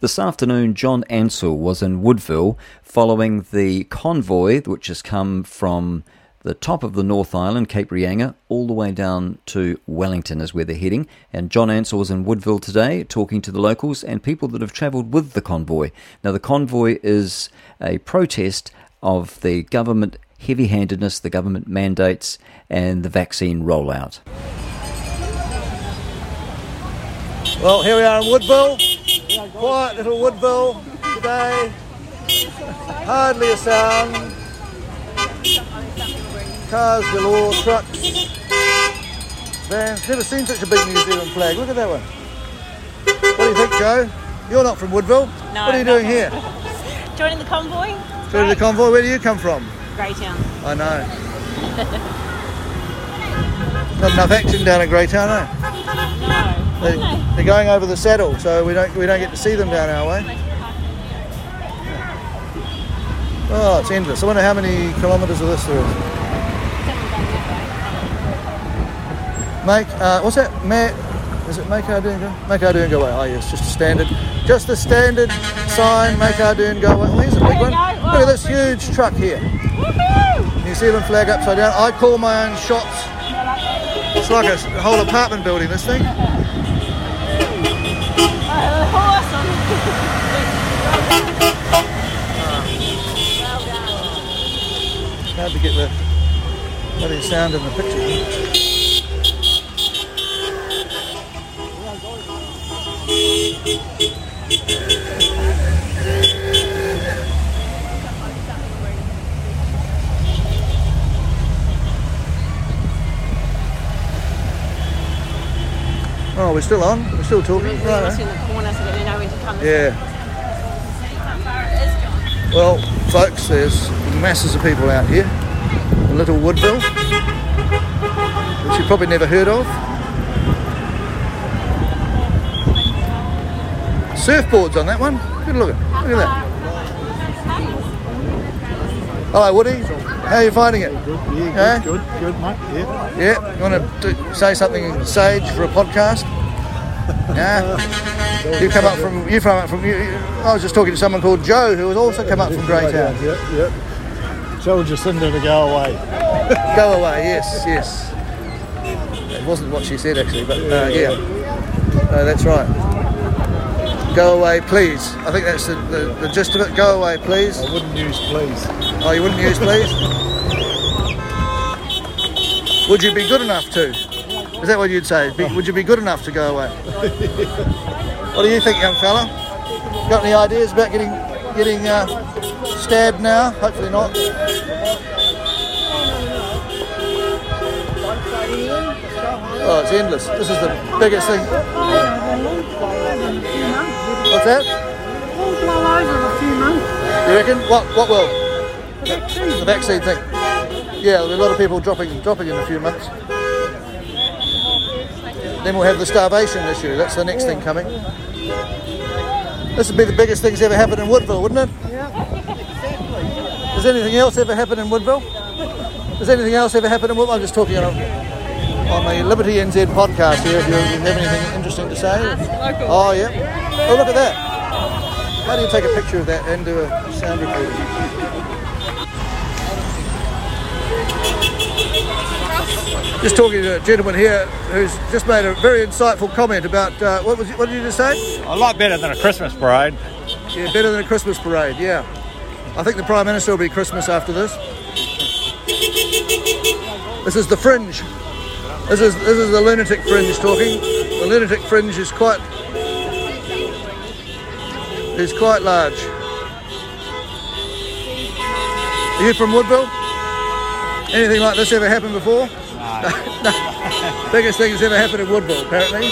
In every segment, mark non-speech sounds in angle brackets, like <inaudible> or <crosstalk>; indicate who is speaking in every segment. Speaker 1: This afternoon, John Ansell was in Woodville following the convoy which has come from the top of the North Island, Cape Reinga, all the way down to Wellington is where they're heading. And John Ansell was in Woodville today talking to the locals and people that have travelled with the convoy. Now, the convoy is a protest of the government heavy handedness, the government mandates, and the vaccine rollout.
Speaker 2: Well, here we are in Woodville. Quiet little Woodville today. Hardly a sound. Cars galore, trucks, vans. Never seen such a big New Zealand flag. Look at that one. What do you think, Joe? You're not from Woodville.
Speaker 3: No,
Speaker 2: what are you
Speaker 3: I'm
Speaker 2: doing
Speaker 3: not.
Speaker 2: here?
Speaker 3: Joining the convoy?
Speaker 2: Go to the convoy. Where do you come from?
Speaker 3: Greytown.
Speaker 2: I know. Not enough action down at Greytown, eh?
Speaker 3: No.
Speaker 2: They, they're going over the saddle, so we don't we don't get to see them down our way. Oh, it's endless. I wonder how many kilometres of this there is. Make uh, what's that? Ma- is it Make Our Doon Go? Make Our Doon Go Away. Oh yes, just a standard, just the standard sign. Make Our Doon Go Away. Well, here's a big one. Look at this huge truck here.
Speaker 3: Woohoo!
Speaker 2: New Zealand flag upside down. I call my own shots. It's like a s- a whole apartment building. This thing.
Speaker 3: Uh, horse on-
Speaker 2: Hard to get the bloody sound in the picture. Oh, we're still on. We're still talking.
Speaker 3: Really
Speaker 2: Righto.
Speaker 3: must be in the corner so that they know when to come.
Speaker 2: Yeah.
Speaker 3: How far it is, John.
Speaker 2: Well, folks, there's masses of people out here in Little Woodville, which you've probably never heard of. Surfboards on that one. Good look at look at that. Hello, Woody. How are you finding it?
Speaker 4: Yeah,
Speaker 2: Eh?
Speaker 4: good, good, good, mate. Yeah.
Speaker 2: Yeah. You want to do, say something sage for a podcast? Nah. You come up from you from up from you. you- I was just talking to someone called Joe who has also come up from Greytown.
Speaker 4: Yeah, yeah. Told Jacinda to go away.
Speaker 2: Go away, yes, yes. It wasn't what she said actually, but uh, yeah, Uh, that's right. Go away, please. I think that's the, the, the gist of it. Go away, please.
Speaker 4: I wouldn't use please.
Speaker 2: Oh, you wouldn't use please? Would you be good enough to? Is that what you'd say? Be, would you be good enough to go away? What do you think, young fella? Got any ideas about getting getting uh, stabbed now? Hopefully not. Oh, it's endless. This is the biggest thing.
Speaker 5: Oh,
Speaker 2: What's that? You reckon? What? What will? the vaccine thing. Yeah, there'll be a lot of people dropping dropping in a few months. Then we'll have the starvation issue. That's the next thing coming. This would be the biggest thing's ever happened in Woodville, wouldn't it? Yeah. Has anything else ever happened in Woodville? Has anything else ever happened in Woodville? I'm just talking on, on the Liberty NZ podcast here. If you if you have anything interesting to say. Oh yeah. Oh look at that. How do you take a picture of that and do a sound recording? Just talking to a gentleman here who's just made a very insightful comment about uh, what was it, what did you just say?
Speaker 6: A lot better than a Christmas parade.
Speaker 2: Yeah, better than a Christmas parade. Yeah, I think the Prime Minister will be Christmas after this. This is the fringe. This is this is the lunatic fringe talking. The lunatic fringe is quite is quite large. Are you from Woodville? Anything like this ever happened before? No. <laughs> Biggest thing that's ever happened in Woodville, apparently.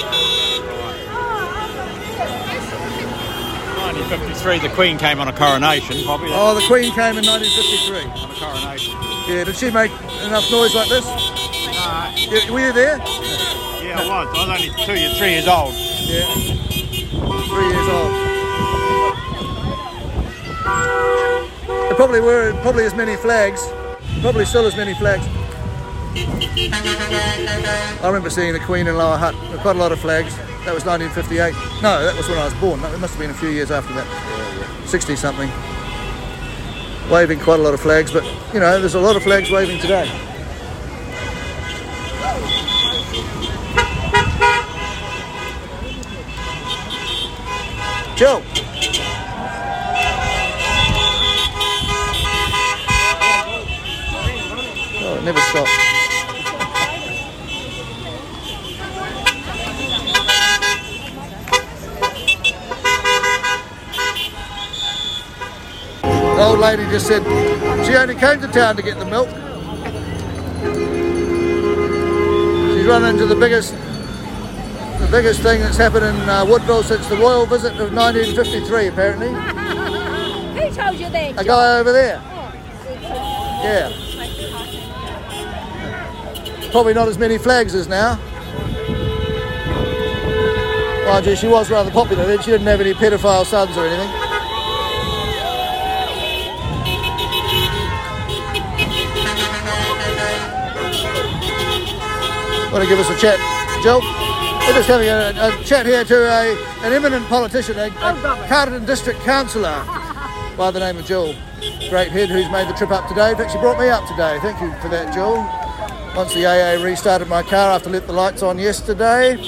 Speaker 6: 1953, the Queen came on a coronation. Probably
Speaker 2: Oh, the Queen came in 1953.
Speaker 6: on a coronation.
Speaker 2: Yeah, did she make enough noise like this? Yeah, were you there?
Speaker 6: Yeah, I was. I was only two or three years old.
Speaker 2: Yeah. Three years old. There probably were probably as many flags. Probably still as many flags. I remember seeing the Queen in Lower Hutt. There were quite a lot of flags. That was 1958. No, that was when I was born. No, It must have been a few years after that. 60 something. Waving quite a lot of flags, but you know, there's a lot of flags waving today. Joe. Oh, it never stops. The old lady just said she only came to town to get the milk. She's run into the biggest, the biggest thing that's happened in uh, Woodville since the royal visit of 1953. Apparently,
Speaker 7: <laughs> Who told you that? Oh,
Speaker 2: a guy over there. Yeah. Probably not as many flags as now. Mind you, she was rather popular then. She didn't have any pedophile sons or anything. Want to give us a chat, Joe? We're just having a, a chat here to a, an eminent politician, a, a Carterton District Councillor by the name of Joel. Great head who's made the trip up today. In fact, she brought me up today. Thank you for that, Joel. Once the AA restarted my car after lit the lights on yesterday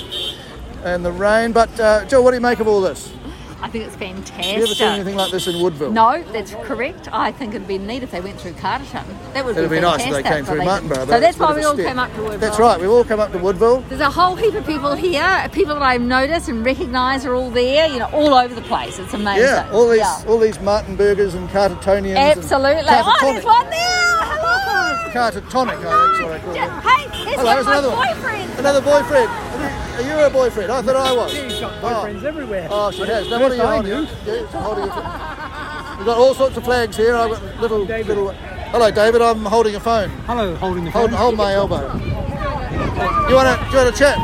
Speaker 2: and the rain. But, uh, Joel, what do you make of all this?
Speaker 7: I think it's
Speaker 2: Have you ever seen
Speaker 7: fantastic.
Speaker 2: anything like this in Woodville?
Speaker 7: No, that's correct. I think it'd be neat if they went through Carterton. That would
Speaker 2: It'd be nice if they
Speaker 7: fantastic.
Speaker 2: came
Speaker 7: So
Speaker 2: through Martinborough. but
Speaker 7: So that's
Speaker 2: it's a bit
Speaker 7: why
Speaker 2: of
Speaker 7: we
Speaker 2: a
Speaker 7: all
Speaker 2: step.
Speaker 7: came up to Woodville.
Speaker 2: That's right, we've all come up to Woodville.
Speaker 7: There's a whole heap of people here. People that I've noticed and recognised are all there. You know, all over the place. It's amazing.
Speaker 2: Yeah, all these
Speaker 7: Yeah.
Speaker 2: all these Martin burgers and Cartertonians.
Speaker 7: Absolutely.
Speaker 2: And
Speaker 7: Oh,
Speaker 2: Cartertonic.
Speaker 7: there's one there. Hello.
Speaker 2: Cartertonic, I think is oh, what I call
Speaker 7: J-
Speaker 2: it.
Speaker 7: Hey, there's
Speaker 2: Hello,
Speaker 7: one
Speaker 2: there's
Speaker 7: of my
Speaker 2: another one.
Speaker 7: boyfriends.
Speaker 2: Another boyfriend. Are you a boyfriend? I thought I was. She's got boyfriends everywhere. Oh, she has. Now, what are you holding? Yeah, holding a phone. We've got all sorts of flags here. I've got little, little. Hello, David. I'm holding a phone.
Speaker 8: Hello, holding the
Speaker 2: Hold,
Speaker 8: phone.
Speaker 2: hold my elbow. You want to? You want to chat?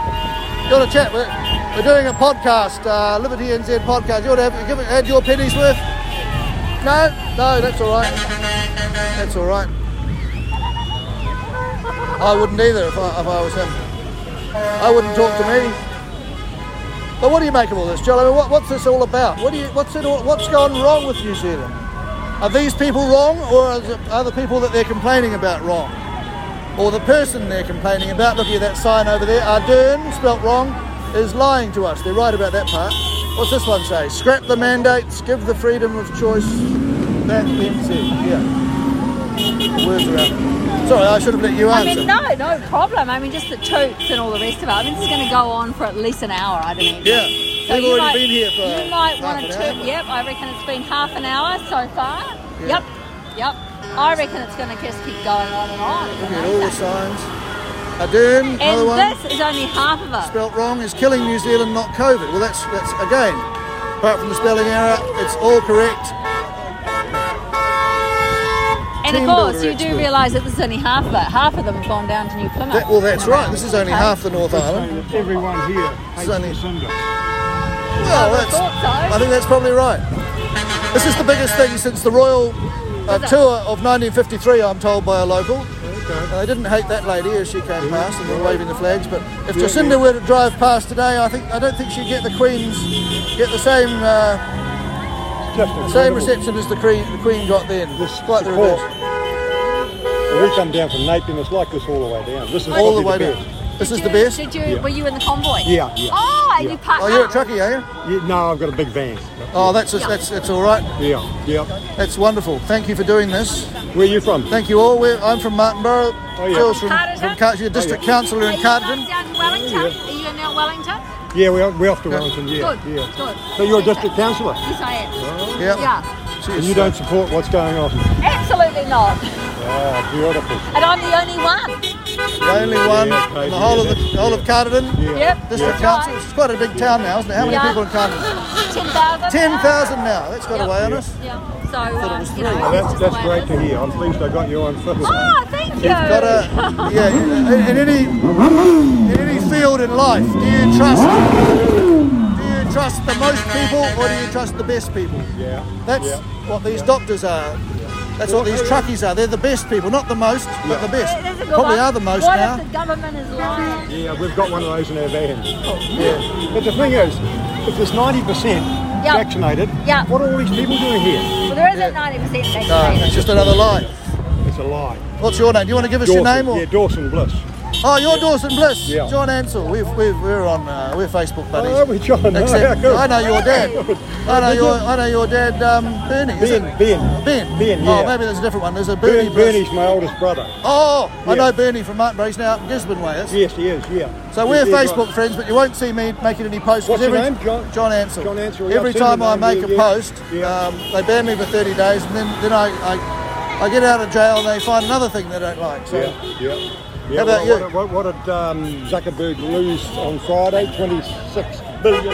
Speaker 2: You want to chat? We're, we're doing a podcast, uh, Liberty NZ podcast. You want to have, give, it- add your pennies worth? No, no, that's all right. That's all right. I wouldn't either if I, if I was him. I wouldn't talk to me. But what do you make of all this, Joe? I mean, what, what's this all about? What do you? What's it? All, what's gone wrong with New Zealand? Are these people wrong, or are the, are the people that they're complaining about wrong? or the person they're complaining about, looking at that sign over there, Ardern, spelt wrong, is lying to us. They're right about that part. What's this one say? Scrap the mandates, give the freedom of choice. That MC. Yeah. The words are out. Sorry, I should have let you
Speaker 7: I
Speaker 2: answer.
Speaker 7: mean, no, no problem. I mean, just the toots and all the rest of it. I mean, this is going to go on for at least an hour, I don't know.
Speaker 2: Yeah.
Speaker 7: So
Speaker 2: We've
Speaker 7: you
Speaker 2: already
Speaker 7: might-
Speaker 2: been here for
Speaker 7: You might
Speaker 2: half
Speaker 7: want
Speaker 2: an
Speaker 7: to
Speaker 2: hour.
Speaker 7: tip. Yep, I reckon it's been half an hour so far.
Speaker 2: Yeah.
Speaker 7: Yep, yep. I reckon it's going to just keep going on and on. you
Speaker 2: Look
Speaker 7: know,
Speaker 2: at
Speaker 7: <laughs>
Speaker 2: all the
Speaker 7: so-
Speaker 2: signs. Ardern, another
Speaker 7: and
Speaker 2: one.
Speaker 7: this is only half of it.
Speaker 2: spelt wrong is killing New Zealand, not COVID. Well, that's that's again, apart from the spelling error, it's all correct.
Speaker 7: And of
Speaker 2: team
Speaker 7: course,
Speaker 2: builder
Speaker 7: you do
Speaker 2: expert.
Speaker 7: realise that this is only half of it. Half of them have gone down to New Plymouth.
Speaker 2: That, well, that's right. This is only
Speaker 7: Okay.
Speaker 2: half the North Island.
Speaker 8: Everyone here hates
Speaker 2: Sunny.
Speaker 8: the Sunday.
Speaker 2: Well,
Speaker 7: I
Speaker 2: that's,
Speaker 7: thought so.
Speaker 2: I think that's probably right. This is the biggest thing since the Royal uh, Tour of 1953, I'm told by a local. And they didn't hate that lady as she came past and were waving the flags, but if Jacinda were to drive past today, I think I don't think she'd get the Queen's get the same uh,
Speaker 4: Just
Speaker 2: the same
Speaker 4: incredible.
Speaker 2: reception as the Queen the Queen got then.
Speaker 4: This
Speaker 2: Quite the
Speaker 4: support.
Speaker 2: reverse,
Speaker 4: When we come down from Napier, it's like this all the way down. This is
Speaker 2: all the way
Speaker 4: probably
Speaker 2: down.
Speaker 4: best.
Speaker 2: This is
Speaker 7: Did
Speaker 2: the
Speaker 7: you-
Speaker 2: best.
Speaker 7: Did you? Were you in the convoy?
Speaker 4: Yeah, yeah.
Speaker 7: Oh, and you parked
Speaker 2: Oh, you're a
Speaker 7: up.
Speaker 2: truckie, are you?
Speaker 4: Yeah, no, I've got a big van.
Speaker 2: Oh, that's that's that's all right.
Speaker 4: Yeah, yeah.
Speaker 2: That's wonderful. Thank you for doing this.
Speaker 4: Where are you from?
Speaker 2: Thank you all. We're, I'm from
Speaker 4: Oh,
Speaker 2: Martinborough.
Speaker 4: yeah. Oh,
Speaker 2: Jill's from,
Speaker 7: Carterton.
Speaker 2: from Car- she's a district councillor
Speaker 7: Are
Speaker 2: in
Speaker 7: you going
Speaker 2: Carterton.
Speaker 7: down to Wellington? Are you going down to Wellington?
Speaker 4: Yeah, we're, we're off to Wellington. Yeah,
Speaker 7: Good.
Speaker 4: yeah.
Speaker 7: Good.
Speaker 4: So you're a district councillor,
Speaker 7: Yes, I am.
Speaker 2: Yep.
Speaker 7: Yeah.
Speaker 4: and you don't support what's going on.
Speaker 7: Absolutely not.
Speaker 4: Ah, beautiful.
Speaker 7: And I'm the only one.
Speaker 2: The only one
Speaker 4: Yeah, okay,
Speaker 2: in the whole of the
Speaker 4: yeah,
Speaker 2: the whole of Carterton.
Speaker 7: Yep.
Speaker 2: District
Speaker 7: that's
Speaker 2: council.
Speaker 7: right.
Speaker 2: It's quite a big town now, isn't it? How many
Speaker 7: Yeah.
Speaker 2: people in Carterton?
Speaker 7: 10,000.
Speaker 2: Ten thousand now. That's got
Speaker 7: Yeah.
Speaker 2: a way on us.
Speaker 7: Yeah. So, um, you
Speaker 4: Well,
Speaker 7: know, it's
Speaker 4: that's
Speaker 7: just the
Speaker 4: that's
Speaker 7: way it
Speaker 4: great
Speaker 7: is.
Speaker 4: to hear. I'm pleased I got you on first.
Speaker 7: Oh, thank you.
Speaker 2: Got a yeah. In, in any in any field in life, do you trust do you trust the most people or do you trust the best people?
Speaker 4: Yeah.
Speaker 2: That's
Speaker 4: yeah.
Speaker 2: what these doctors are. That's what these truckies are. They're the best people, not the most, but the best.
Speaker 7: That's a good
Speaker 2: Probably
Speaker 7: one.
Speaker 2: are the most
Speaker 7: what
Speaker 2: now.
Speaker 7: if the government is lying?
Speaker 8: Yeah, we've got one of those in our van. Yeah. But the thing is, if there's 90%
Speaker 7: Yeah.
Speaker 8: vaccinated,
Speaker 7: Yeah.
Speaker 8: what are all these people doing here?
Speaker 7: Well, there isn't 90% vaccinated.
Speaker 2: No, it's just another lie.
Speaker 8: It's a lie.
Speaker 2: What's your name? Do you want to give us your name? Or?
Speaker 8: Yeah, Dawson Bliss.
Speaker 2: Oh, you're Dawson Bliss.
Speaker 8: Yeah.
Speaker 2: John Ansell. We've, we've, we're on uh, we're Facebook buddies.
Speaker 8: Oh, we John. No, <laughs>
Speaker 2: Except-
Speaker 8: how good.
Speaker 2: I know your
Speaker 8: <laughs>
Speaker 2: dad. I know your I know your dad, um, Bernie. is
Speaker 8: Ben,
Speaker 2: it?
Speaker 8: Ben.
Speaker 2: Ben.
Speaker 8: Ben,
Speaker 2: Oh,
Speaker 8: yeah.
Speaker 2: maybe there's a different one. There's a Bernie.
Speaker 8: Bernie,
Speaker 2: Bliss.
Speaker 8: Bernie's my oldest brother.
Speaker 2: Oh, I
Speaker 8: Yeah.
Speaker 2: know Bernie from Martin Brace now, up Gisborne Way. is.
Speaker 8: Yes, he is, yeah.
Speaker 2: So
Speaker 8: He's
Speaker 2: we're
Speaker 8: there,
Speaker 2: Facebook friends, but you won't see me making any posts. 'cause
Speaker 8: What's your
Speaker 2: every,
Speaker 8: name? John-
Speaker 2: John Ansell.
Speaker 8: John Ansell, yeah,
Speaker 2: Every
Speaker 8: I've seen
Speaker 2: time
Speaker 8: your
Speaker 2: I
Speaker 8: name,
Speaker 2: make
Speaker 8: yeah,
Speaker 2: a
Speaker 8: yeah.
Speaker 2: post,
Speaker 8: Yeah.
Speaker 2: um, they ban me for 30 days, and then, then I, I, I get out of jail and they find another thing they don't like. So
Speaker 8: Yeah, yeah. yeah
Speaker 2: How about
Speaker 8: what,
Speaker 2: you?
Speaker 8: What, what, what did um, Zuckerberg lose on Friday? Twenty-six billion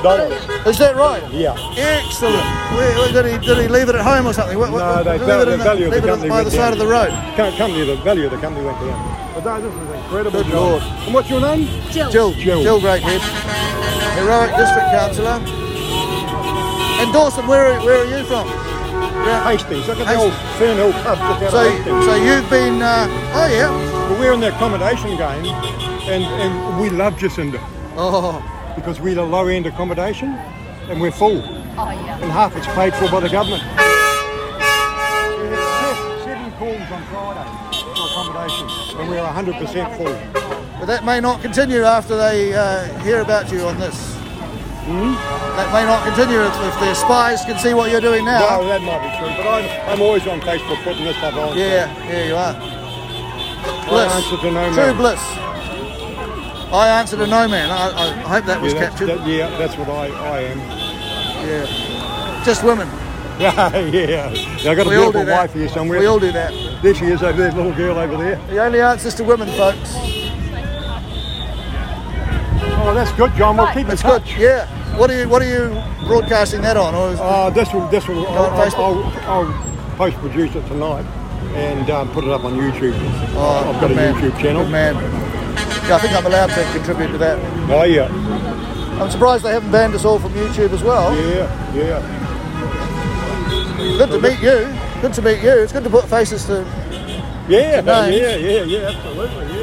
Speaker 8: dollars.
Speaker 2: is that right?
Speaker 8: Yeah.
Speaker 2: Excellent. Where, where did, he, did he leave it at home or something? Where,
Speaker 8: No, they,
Speaker 2: leave
Speaker 8: val-
Speaker 2: it
Speaker 8: the
Speaker 2: in
Speaker 8: value of the
Speaker 2: leave it
Speaker 8: company
Speaker 2: by
Speaker 8: went
Speaker 2: the side
Speaker 8: down.
Speaker 2: of the road.
Speaker 8: Com- company, the value of the company went down. But that- this was incredible.
Speaker 2: Good
Speaker 8: job.
Speaker 2: Lord.
Speaker 8: And what's your name?
Speaker 7: Jill.
Speaker 2: Jill,
Speaker 8: Jill.
Speaker 2: Jill Greathead, heroic district councillor. And Dawson, where are, where are you from? Yeah.
Speaker 8: Hastings. Look at the
Speaker 2: Hastings.
Speaker 8: old Fern Hill pub just out
Speaker 2: So,
Speaker 8: of Hastings.
Speaker 2: so you've been, uh, oh yeah.
Speaker 8: But we're in the accommodation game, and, and we love Jacinda
Speaker 2: Oh,
Speaker 8: because we're the low end accommodation, and we're full.
Speaker 7: Oh, yeah.
Speaker 8: and half it's paid for by the government. Seven calls on Friday for accommodation, and we're 100% full.
Speaker 2: but that may not continue after they uh, hear about you on this.
Speaker 8: Hmm?
Speaker 2: That may not continue if, if their spies can see what you're doing now.
Speaker 8: Well, that might be true, but I'm, I'm always on Facebook putting this stuff on.
Speaker 2: Yeah, yeah, you are.
Speaker 8: I answer to no
Speaker 2: True
Speaker 8: man.
Speaker 2: bliss. I answer to no man. I, I, I hope that was
Speaker 8: yeah, that's,
Speaker 2: captured.
Speaker 8: that- yeah, that's what I, I am. <laughs>
Speaker 2: Yeah. Just women.
Speaker 8: Yeah, yeah. Yeah, I got a
Speaker 2: We all do
Speaker 8: beautiful
Speaker 2: that.
Speaker 8: wife here somewhere.
Speaker 2: We all do that.
Speaker 8: There she is over there, little girl over there.
Speaker 2: The only answers to women, folks.
Speaker 8: Oh, that's good, John. We'll keep in
Speaker 2: That's
Speaker 8: touch.
Speaker 2: good. Yeah. What are you What are you broadcasting that on? Or is,
Speaker 8: Uh, this will, this will,
Speaker 2: on
Speaker 8: I'll, I'll,
Speaker 2: Facebook.
Speaker 8: I'll post produce it tonight and um, put it up on YouTube.
Speaker 2: oh,
Speaker 8: I've got
Speaker 2: good
Speaker 8: a
Speaker 2: man.
Speaker 8: YouTube channel.
Speaker 2: Good man. Yeah, I think I'm allowed to contribute to that.
Speaker 8: Oh, yeah.
Speaker 2: I'm surprised they haven't banned us all from YouTube as well.
Speaker 8: Yeah, yeah.
Speaker 2: Good to meet you. Good to meet you. It's good to put faces to.
Speaker 8: Yeah,
Speaker 2: Nice.
Speaker 8: yeah, yeah, yeah, absolutely, yeah.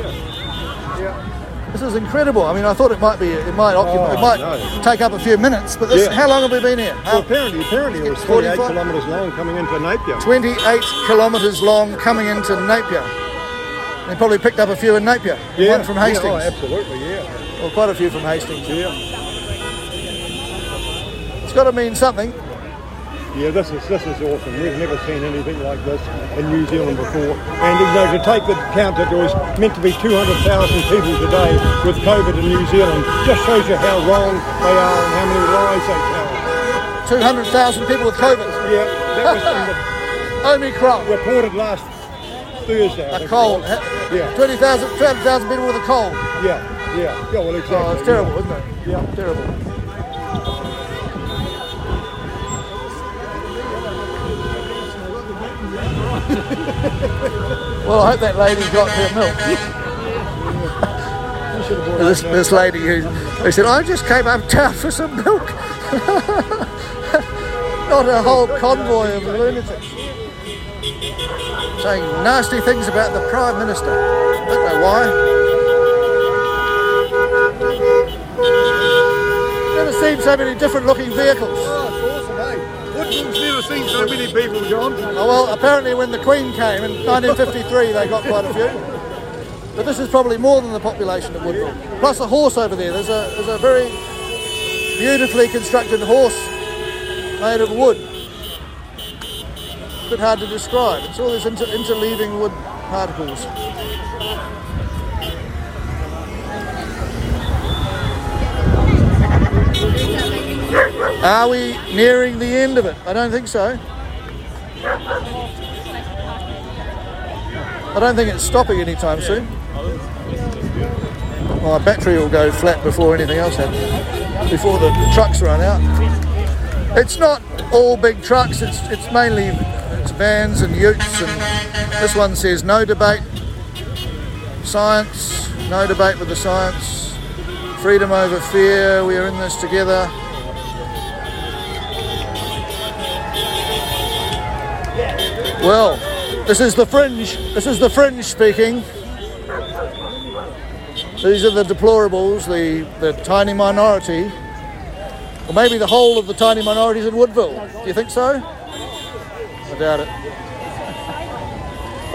Speaker 2: This is incredible. I mean, I thought it might be, it might occupy, it
Speaker 8: Oh,
Speaker 2: might
Speaker 8: no.
Speaker 2: take up a few minutes. But this,
Speaker 8: Yeah.
Speaker 2: how long have we been here?
Speaker 8: Well,
Speaker 2: How-
Speaker 8: apparently, apparently it was 48
Speaker 2: 45?
Speaker 8: kilometres long coming into Napier.
Speaker 2: 28 kilometres long coming into Napier. They probably picked up a few in Napier.
Speaker 8: Yeah,
Speaker 2: One from
Speaker 8: yeah,
Speaker 2: Hastings.
Speaker 8: oh, absolutely, yeah.
Speaker 2: Well, quite a few from Hastings.
Speaker 8: Yeah,
Speaker 2: It's got to mean something.
Speaker 8: yeah this, is, this is awesome. We've never seen anything like this in New Zealand before. And, you know, to take the count that there was meant to be 200,000 people today with COVID in New Zealand just shows you how wrong they are and how many lies they tell.
Speaker 2: 200,000 people with COVID.
Speaker 8: Yeah, that was something
Speaker 2: Omicron.
Speaker 8: that reported last Thursday.
Speaker 2: A
Speaker 8: I think it
Speaker 2: cold.
Speaker 8: was. Yeah.
Speaker 2: 20,000 200,000 people with a cold.
Speaker 8: Yeah, yeah. Yeah, well, exactly.
Speaker 2: Oh, it's terrible, isn't it?
Speaker 8: Yeah.
Speaker 2: Terrible. well, I hope that lady got her milk. This, this lady who, who said, I just came up town for some milk. <laughs> Not a whole convoy of lunatics. Saying nasty things about the Prime Minister. I don't know why. Never seen so many different looking vehicles.
Speaker 8: Oh, Woodman's never seen so many people, John.
Speaker 2: Oh, well, apparently when the Queen came in 1953, they got quite a few. But this is probably more than the population of Woodville. Plus a horse over there. There's a, there's a very beautifully constructed horse made of wood. A bit hard to describe. It's all these inter- interleaving wood particles. Are we nearing the end of it? I don't think so. I don't think it's stopping anytime soon. My battery will go flat before anything else happens, before the trucks run out. It's not all big trucks. It's it's mainly it's vans and utes, and this one says no debate, science, no debate with the science, freedom over fear. We are in this together. Well, this is the fringe. This is the fringe speaking. These are the deplorables, the, the tiny minority, or maybe the whole of the tiny minorities in Woodville. Do you think so? I doubt it.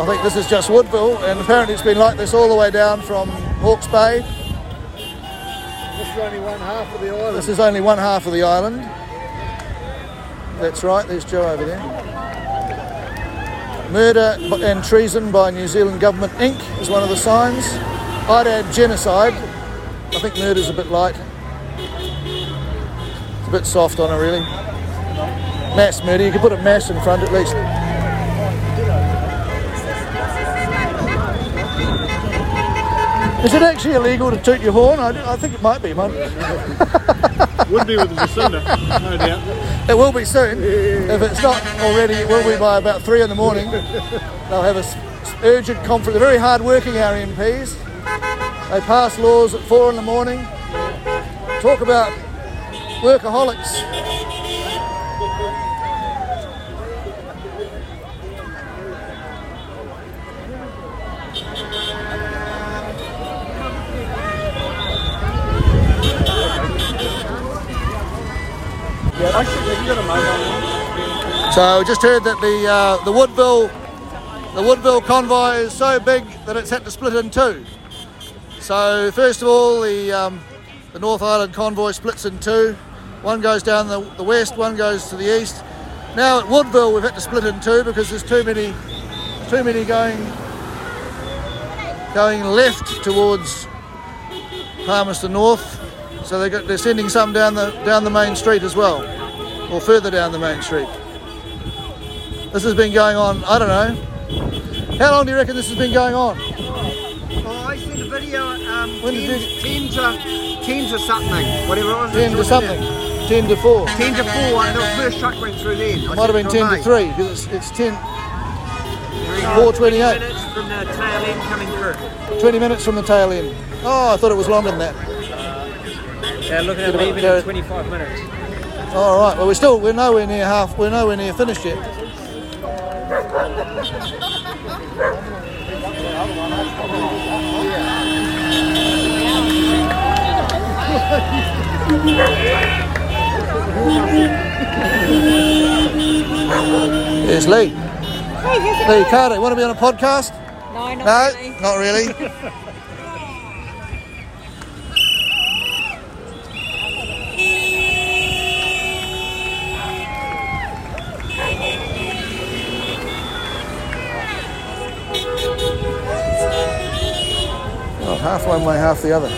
Speaker 2: I think this is just Woodville, and apparently it's been like this all the way down from Hawke's Bay.
Speaker 8: This is only one half of the island.
Speaker 2: This is only one half of the island. That's right, there's Joe over there. Murder and treason by New Zealand Government Inc. is one of the signs. I'd add genocide. I think murder's a bit light. It's a bit soft on it, really. Mass murder, you could put a mass in front at least. Is it actually illegal to toot your horn? I, I think it might be, mate.
Speaker 4: Would be with
Speaker 8: <laughs>
Speaker 4: the Jacinda, no doubt.
Speaker 2: It will be soon. If it's not already, it will be by about three in the morning. They'll have a s- s- urgent conference. They're very hard working, our MPs. They pass laws at four in the morning. Talk about workaholics. So I just heard that the uh, the Woodville the Woodville convoy is so big that it's had to split in two. So first of all, the um, the North Island convoy splits in two. One goes down the, the west, one goes to the east. Now at Woodville, we've had to split in two because there's too many too many going going left towards Palmerston North. So they got, they're sending some down the down the main street as well, or further down the main street. This has been going on, I don't know. How long do you reckon this has been going on?
Speaker 5: Oh, I seen the video. Um,
Speaker 2: When did
Speaker 5: teams, teams, are, teams or something, whatever it was.
Speaker 2: 10 to something. 10 to 4.
Speaker 5: Ten to four, and the first truck went through then. I
Speaker 2: Might have
Speaker 5: said
Speaker 2: been 10 to
Speaker 5: mate,
Speaker 2: 3 because it's, it's 10. 428.
Speaker 5: Minutes from the tail end coming through.
Speaker 2: 20 minutes from the tail end. Oh, I thought it was longer than that.
Speaker 5: They're looking at
Speaker 2: me within Jared.
Speaker 5: 25 minutes.
Speaker 2: Oh, All right. Well, we're still we're nowhere near half. We're nowhere near finished yet. There's Lee. Lee Carter. Want to be on a podcast?
Speaker 7: No, not
Speaker 2: No,
Speaker 7: really.
Speaker 2: not really.
Speaker 7: <laughs>
Speaker 2: Well, Oh, half one way, half the other.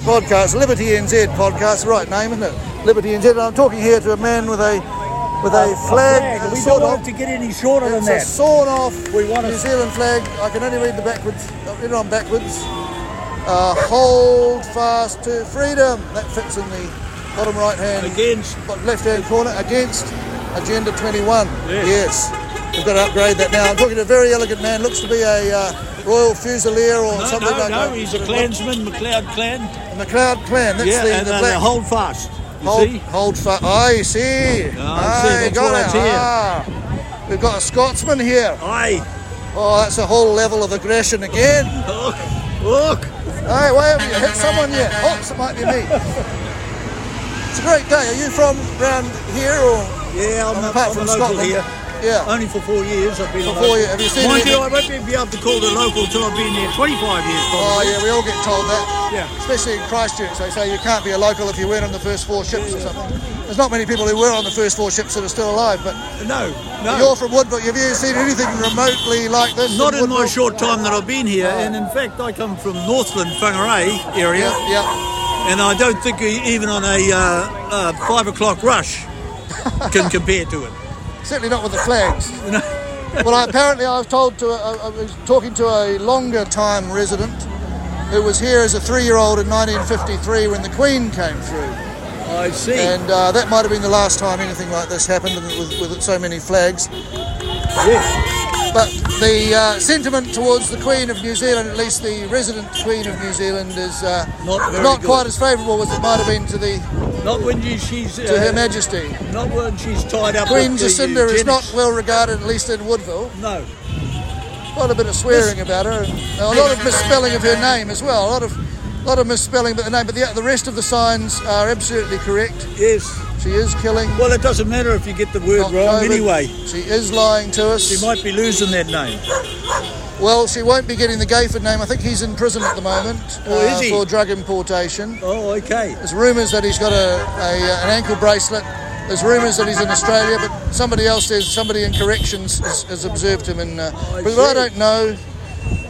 Speaker 2: podcast, Liberty NZ podcast, right name, isn't it? Liberty NZ. And I'm talking here to a man with a with a, flag, a
Speaker 8: Oh, We
Speaker 2: sort
Speaker 8: don't
Speaker 2: of.
Speaker 8: want to get any shorter than
Speaker 2: It's a
Speaker 8: that.
Speaker 2: sawn off
Speaker 8: We want
Speaker 2: New
Speaker 8: it-
Speaker 2: Zealand flag. I can only read the backwards. I'll read it on backwards. Uh, hold fast to freedom. That fits in the bottom right hand,
Speaker 8: Against.
Speaker 2: left hand corner against Agenda 21. Yes. We've got to upgrade that now. I'm talking to a very elegant man. Looks to be a uh, Royal Fusilier or
Speaker 8: No,
Speaker 2: something
Speaker 8: no,
Speaker 2: like that.
Speaker 8: no, he's a clansman, McLeod clan.
Speaker 2: The McLeod clan. That's
Speaker 8: Yeah,
Speaker 2: the,
Speaker 8: and
Speaker 2: the
Speaker 8: then
Speaker 2: black.
Speaker 8: they hold fast. You
Speaker 2: Hold,
Speaker 8: see?
Speaker 2: hold fast. I see.
Speaker 8: I see,
Speaker 2: Aye,
Speaker 8: that's
Speaker 2: got
Speaker 8: what I
Speaker 2: it.
Speaker 8: hear.
Speaker 2: Ah, we've got a Scotsman here.
Speaker 8: Aye.
Speaker 2: Oh, that's a whole level of aggression again.
Speaker 8: Look. Look.
Speaker 2: Hey, why haven't you hit someone yet? Oops, it might be me. It's a great day. Are you from round here or
Speaker 8: Yeah, I'm,
Speaker 2: Well,
Speaker 8: a,
Speaker 2: apart
Speaker 8: I'm
Speaker 2: from
Speaker 8: a local
Speaker 2: Scotland.
Speaker 8: here.
Speaker 2: Yeah.
Speaker 9: Only for four years I've been a
Speaker 2: For
Speaker 9: local.
Speaker 2: four years. Have you seen
Speaker 9: Mind
Speaker 2: anything-
Speaker 9: you, I won't be able to call it local till I've been there 25 years
Speaker 2: Oh,
Speaker 9: probably.
Speaker 2: yeah, we all get told that.
Speaker 9: Yeah.
Speaker 2: Especially in Christchurch, they say you can't be a local if you weren't on the first four ships or something. There's not many people who were on the first four ships that are still alive, but
Speaker 9: No, no.
Speaker 2: you're from Woodville. Have you seen anything remotely like this?
Speaker 9: Not in my
Speaker 2: Woodville?
Speaker 9: short time that I've been here, and in fact, I come from Northland, Whangarei area,
Speaker 2: Yeah, yeah.
Speaker 9: and I don't think even on a uh, uh, five o'clock
Speaker 2: <laughs>
Speaker 9: rush can compare to it.
Speaker 2: Certainly not with the
Speaker 9: <laughs>
Speaker 2: flags. well, I, apparently, I was told to, uh, I was talking to a longer time resident who was here as a three year old in 1953 when the Queen came through.
Speaker 9: I see.
Speaker 2: And uh, that might have been the last time anything like this happened and with, with so many flags.
Speaker 9: yes.
Speaker 2: But the uh, sentiment towards the Queen of New Zealand, at least the resident Queen of New Zealand, is uh,
Speaker 9: Not very good.
Speaker 2: quite as favourable as it might have been to the
Speaker 9: Not when you, she's uh,
Speaker 2: to Her Majesty.
Speaker 9: not when she's tied up.
Speaker 2: Queen
Speaker 9: with the
Speaker 2: Jacinda is not
Speaker 9: eugenics.
Speaker 2: well regarded, at least in Woodville.
Speaker 9: No.
Speaker 2: Quite a bit of swearing about her, and a lot of misspelling of her name as well. A lot of lot of misspelling about the name, but the, the rest of the signs are absolutely correct.
Speaker 9: Yes.
Speaker 2: She is killing.
Speaker 9: Well, it doesn't matter if you get the word
Speaker 2: not
Speaker 9: wrong
Speaker 2: COVID.
Speaker 9: anyway.
Speaker 2: She is lying to us.
Speaker 9: She might be losing that name.
Speaker 2: Well, she won't be getting the Gayford name. I think he's in prison at the moment uh,
Speaker 9: Oh, is he?
Speaker 2: for drug importation.
Speaker 9: Oh, okay.
Speaker 2: There's rumours that he's got a, a uh, an ankle bracelet. There's rumours that he's in Australia, but somebody else says somebody in corrections has, has observed him. In, uh,
Speaker 9: I
Speaker 2: but I
Speaker 9: see.
Speaker 2: don't know.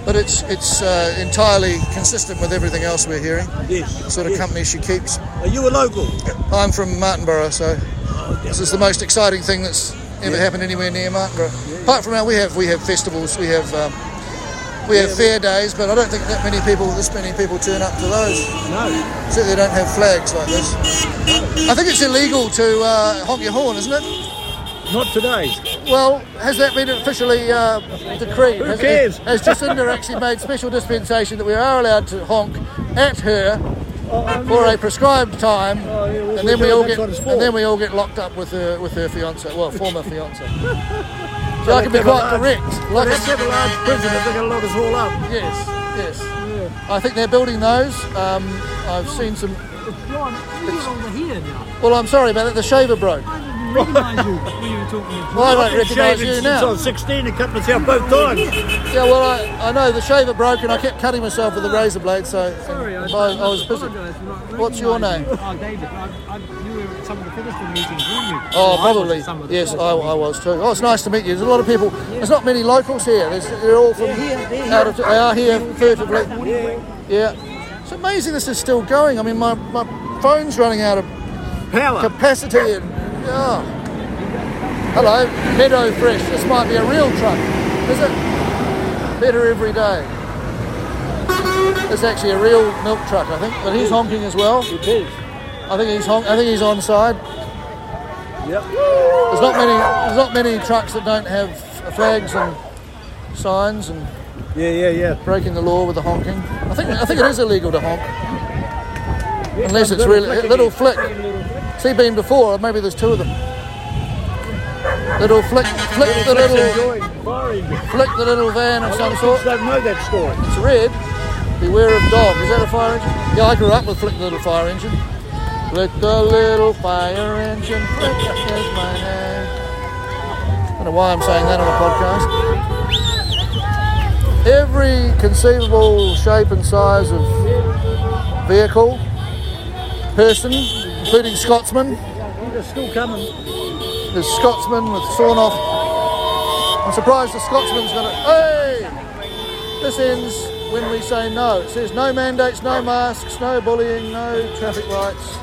Speaker 2: But it's it's uh, entirely consistent with everything else we're hearing.
Speaker 9: Yes.
Speaker 2: The sort of company she keeps.
Speaker 9: Are you a local?
Speaker 2: I'm from Martinborough, so this is the most exciting thing that's ever happened anywhere near Martinborough. Apart from now, we have we have festivals, we have um, we have fair days, but I don't think that many people, this many people, turn up to those.
Speaker 9: No.
Speaker 2: Certainly don't have flags like this. I think it's illegal to uh, honk your horn, isn't it?
Speaker 9: Not today.
Speaker 2: Well, has that been officially uh, decreed? Who has,
Speaker 9: cares?
Speaker 2: Has Jacinda actually made special dispensation that we are allowed to honk at her for a prescribed time,
Speaker 10: Oh,
Speaker 9: yeah, well,
Speaker 2: and then
Speaker 9: well,
Speaker 2: we all
Speaker 9: that's
Speaker 2: get
Speaker 9: what it's for.
Speaker 2: and then we all get locked up with her with her fiance, well,
Speaker 10: <laughs>
Speaker 2: former fiance. So I can be quite correct. Like
Speaker 9: Let's have a large prison if they're going to lock us all up.
Speaker 2: Yes, yes. I think they're building those. Um, I've
Speaker 10: Oh,
Speaker 2: seen some.
Speaker 10: You're over here now.
Speaker 2: Well, I'm sorry about it. The shaver broke.
Speaker 10: I didn't recognise
Speaker 2: <laughs>
Speaker 10: you when you were talking to
Speaker 2: Well, I
Speaker 9: I've
Speaker 2: don't
Speaker 9: been
Speaker 2: recognise
Speaker 9: shaving
Speaker 2: you
Speaker 9: since
Speaker 2: now.
Speaker 9: I was 16 and cut myself both
Speaker 2: <laughs>
Speaker 9: times.
Speaker 2: Yeah, well, I, I know the shaver broke and I kept cutting myself with a razor blade, so
Speaker 10: Sorry, I,
Speaker 2: I, I was busy.
Speaker 10: apologise for not
Speaker 2: What's your
Speaker 10: recognising you. Oh,
Speaker 2: name?
Speaker 10: David. I, I, you were at some of the Fiddleston meetings, weren't you?
Speaker 2: Oh,
Speaker 10: I was
Speaker 2: probably.
Speaker 10: at some of the
Speaker 2: Yes, I,
Speaker 10: Fiddleston
Speaker 2: I was too. Oh, it's nice to meet you. There's a lot of people. There's not many locals here. There's, they're all from out of. They are here furtively. Yeah. It's amazing this is still going. I mean, my, my phone's running out of
Speaker 9: Power.
Speaker 2: capacity and yeah. Hello, Meadow Fresh. This might be a real truck, is it? Better every day. It's actually a real milk truck, I think. But he's honking as well.
Speaker 9: It is.
Speaker 2: I think he's honk. I think he's on side.
Speaker 9: Yep.
Speaker 2: There's not many. There's not many trucks that don't have flags and signs and
Speaker 9: Yeah, yeah, yeah.
Speaker 2: breaking the law with the honking. I think I think it is illegal to honk. Unless it's really little flick. See been before, maybe there's two of them. Little flick flick the little
Speaker 9: Enjoying firing.
Speaker 2: flick the little van of some sort.
Speaker 9: Folks don't know that story.
Speaker 2: It's red. Beware of dog. Is that a fire engine? Yeah, I grew up with flick the little fire engine. Flick the little fire engine. Flick is my name. I don't know why I'm saying that on a podcast. Every conceivable shape and size of vehicle, person, including Scotsman.
Speaker 9: They're still coming.
Speaker 2: There's Scotsman with sawn off. I'm surprised the Scotsman's got it. Hey! This ends when we say no. It says no mandates, no masks, no bullying, no traffic lights.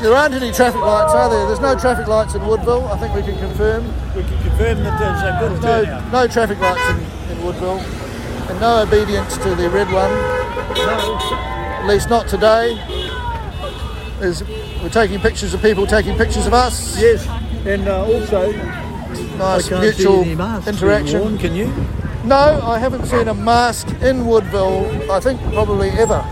Speaker 2: There aren't any traffic lights, are there? There's no traffic lights in Woodville, I think we can confirm.
Speaker 9: We can confirm that there's a good turnout.
Speaker 2: No, no traffic lights in, in Woodville. And no obedience to the red one,
Speaker 9: No.
Speaker 2: at least not today. There's, we're taking pictures of people taking pictures of us.
Speaker 9: Yes. And uh, also, I
Speaker 2: Nice
Speaker 9: can't see
Speaker 2: mutual
Speaker 9: any masks being
Speaker 2: interaction.
Speaker 9: worn, can you?
Speaker 2: No, I haven't seen a mask in Woodville, I think probably ever.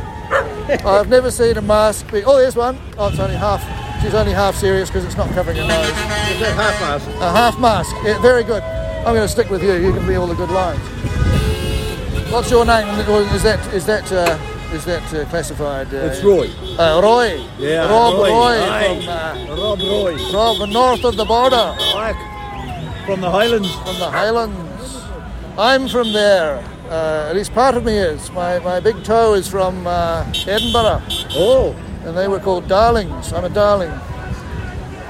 Speaker 2: I've never seen a mask be. Oh, there's one. Oh, it's only half. She's only half serious because it's not covering her nose.
Speaker 9: Is that half us?
Speaker 2: A half mask. Yeah, very good. I'm going to stick with you. You can be all the good lines. What's your name? And it was- Is that is that uh, is that uh, classified? Uh,
Speaker 9: It's Roy.
Speaker 2: Uh, Roy.
Speaker 9: Yeah,
Speaker 2: Rob Roy,
Speaker 9: Roy. Aye.
Speaker 2: from uh,
Speaker 9: Rob Roy.
Speaker 2: Rob north of the border.
Speaker 9: Aye.
Speaker 2: From the Highlands. From the Highlands. I'm from there. Uh, at least part of me is. My, my big toe is from uh, Edinburgh. Oh. And they were called darlings. I'm a darling.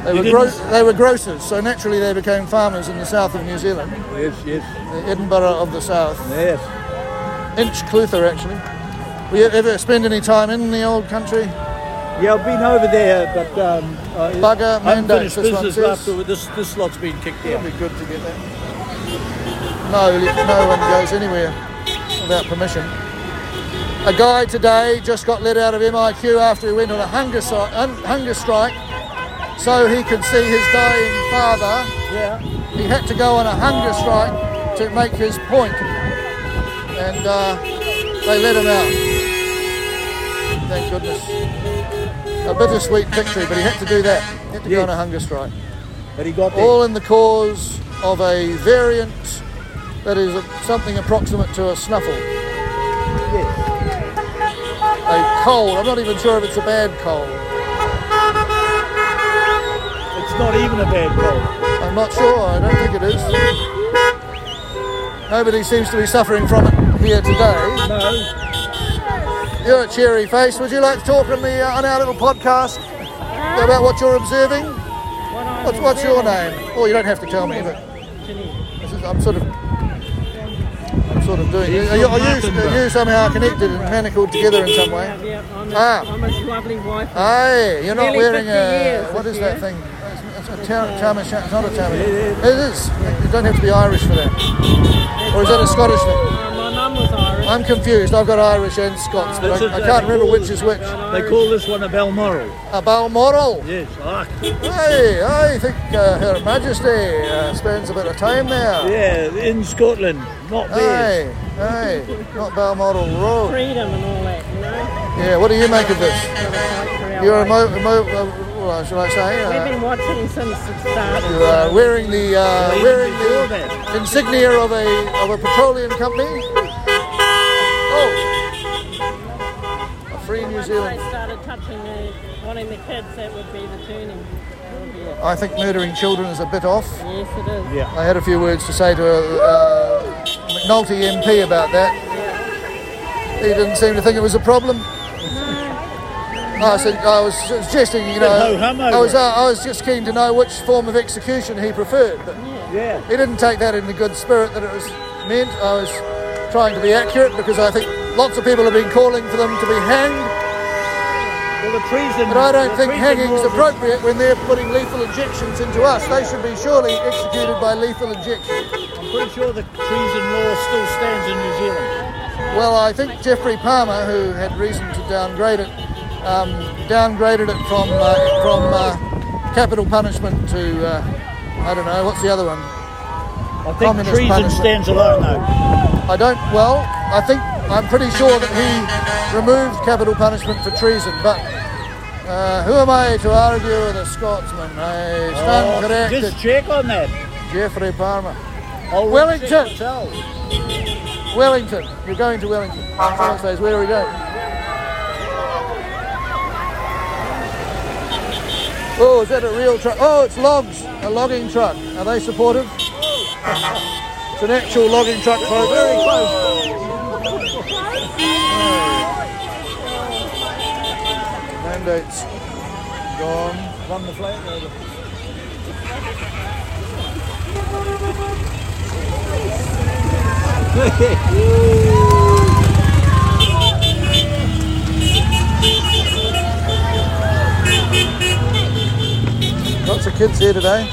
Speaker 2: They
Speaker 4: You
Speaker 2: were,
Speaker 4: didn't-
Speaker 2: gro- they were grocers, so naturally they became farmers in the south of New Zealand.
Speaker 4: Yes, yes,
Speaker 2: The Edinburgh of the south.
Speaker 4: yes.
Speaker 2: Inchclutha, actually. We ever spend any time in the old country?
Speaker 11: Yeah, I've been over there, but um, I-
Speaker 2: Bugger
Speaker 11: unfinished
Speaker 2: mandates, this one
Speaker 11: business
Speaker 2: says.
Speaker 11: after this. This lot's been kicked out.
Speaker 2: It'd be good to get that. No, no one goes anywhere without permission. A guy today just got let out of MIQ after he went on a hunger, si- un- hunger strike so he could see his dying father. Yeah. He had to go on a hunger strike to make his point, and uh, they let him out. Thank goodness. A bittersweet victory, but he had to do that. He had to go on a hunger strike.
Speaker 11: But he got there.
Speaker 2: All in the cause of a variant that is something approximate to a snuffle. A cold. I'm not even sure if it's a bad cold.
Speaker 8: Oh.
Speaker 2: It's not even a bad cold. I'm not sure. I don't think it is. Nobody seems to be suffering from it here today. No. You're a cheery face. Would you like to talk on, the, uh, on our little podcast about what you're observing? What's, what's your name? Oh, you don't have to tell me, but this is, I'm sort of, I'm sort of doing. Are you, are you, are you somehow connected and manacled together in some way?
Speaker 12: Yeah, I'm a,
Speaker 2: Ah.
Speaker 12: am a lovely wife.
Speaker 2: Aye, you're not
Speaker 12: Nearly
Speaker 2: wearing
Speaker 12: 50
Speaker 2: a
Speaker 12: years
Speaker 2: what
Speaker 12: this
Speaker 2: is
Speaker 12: year.
Speaker 2: that thing? It's a tam- tamasha. It's not a tamasha. It is. You don't have to be Irish for that. Or is that a Scottish thing?
Speaker 12: Uh, my mum was Irish.
Speaker 2: I'm confused. I've got Irish and Scots, but
Speaker 11: That's
Speaker 2: I, I
Speaker 11: it,
Speaker 2: can't
Speaker 11: they
Speaker 2: remember
Speaker 11: call
Speaker 2: which
Speaker 11: this-
Speaker 2: is which.
Speaker 11: They call this one a Balmoral.
Speaker 2: A Balmoral.
Speaker 11: Yes, ah.
Speaker 2: Aye, I think uh, Her Majesty uh, spends a bit of time there.
Speaker 11: Yeah, in Scotland, not
Speaker 2: Aye,
Speaker 11: there.
Speaker 2: aye, not Balmoral Road.
Speaker 12: Freedom and all that, you know.
Speaker 2: Yeah, what do you make of this? You're a mo, mo uh, well, shall I say?
Speaker 12: We've
Speaker 2: Uh,
Speaker 12: been watching since it started.
Speaker 2: You're uh, wearing the uh, wearing the insignia of a of a petroleum company. Oh, a free New
Speaker 12: Once
Speaker 2: Zealand.
Speaker 12: they started touching the, wanting the kids, that would be the turning.
Speaker 2: I think murdering children is a bit off.
Speaker 12: Yes, it is.
Speaker 2: I had a few words to say to a uh, McNulty MP about that. He didn't seem to think it was a problem. I said I was suggesting, you
Speaker 11: Bit
Speaker 2: know,
Speaker 11: ho-hum over
Speaker 2: I was
Speaker 11: it.
Speaker 2: uh, I was just keen to know which form of execution he preferred. But
Speaker 11: Yeah.
Speaker 2: He didn't take that in the good spirit that it was meant. I was trying to be accurate because I think lots of people have been calling for them to be hanged,
Speaker 11: Well, the treason.
Speaker 2: but I don't
Speaker 11: the
Speaker 2: think
Speaker 11: treason
Speaker 2: hanging's
Speaker 11: laws are-
Speaker 2: appropriate when they're putting lethal injections into us. They should be surely executed by lethal injection.
Speaker 11: I'm pretty sure the treason law still stands in New Zealand.
Speaker 2: Well, I think Jeffrey Palmer, who had reason to downgrade it, um, downgraded it from uh, from uh, capital punishment to uh, I don't know what's the other one.
Speaker 11: I think treason stands alone, though.
Speaker 2: I don't. Well, I think I'm pretty sure that he removed capital punishment for treason, but. Uh, who am I to argue with a Scotsman? I
Speaker 11: Oh,
Speaker 2: stand corrected.
Speaker 11: just check on that.
Speaker 2: Jeffrey Palmer.
Speaker 11: Oh,
Speaker 2: Wellington. Wellington. You're going to Wellington. Someone says, where are we going? Oh, is that a real truck? Oh, it's logs. A logging truck. Are they supportive? <laughs> It's an actual logging truck. So very close. Mandates gone. Run the flag over. Lots of kids here today.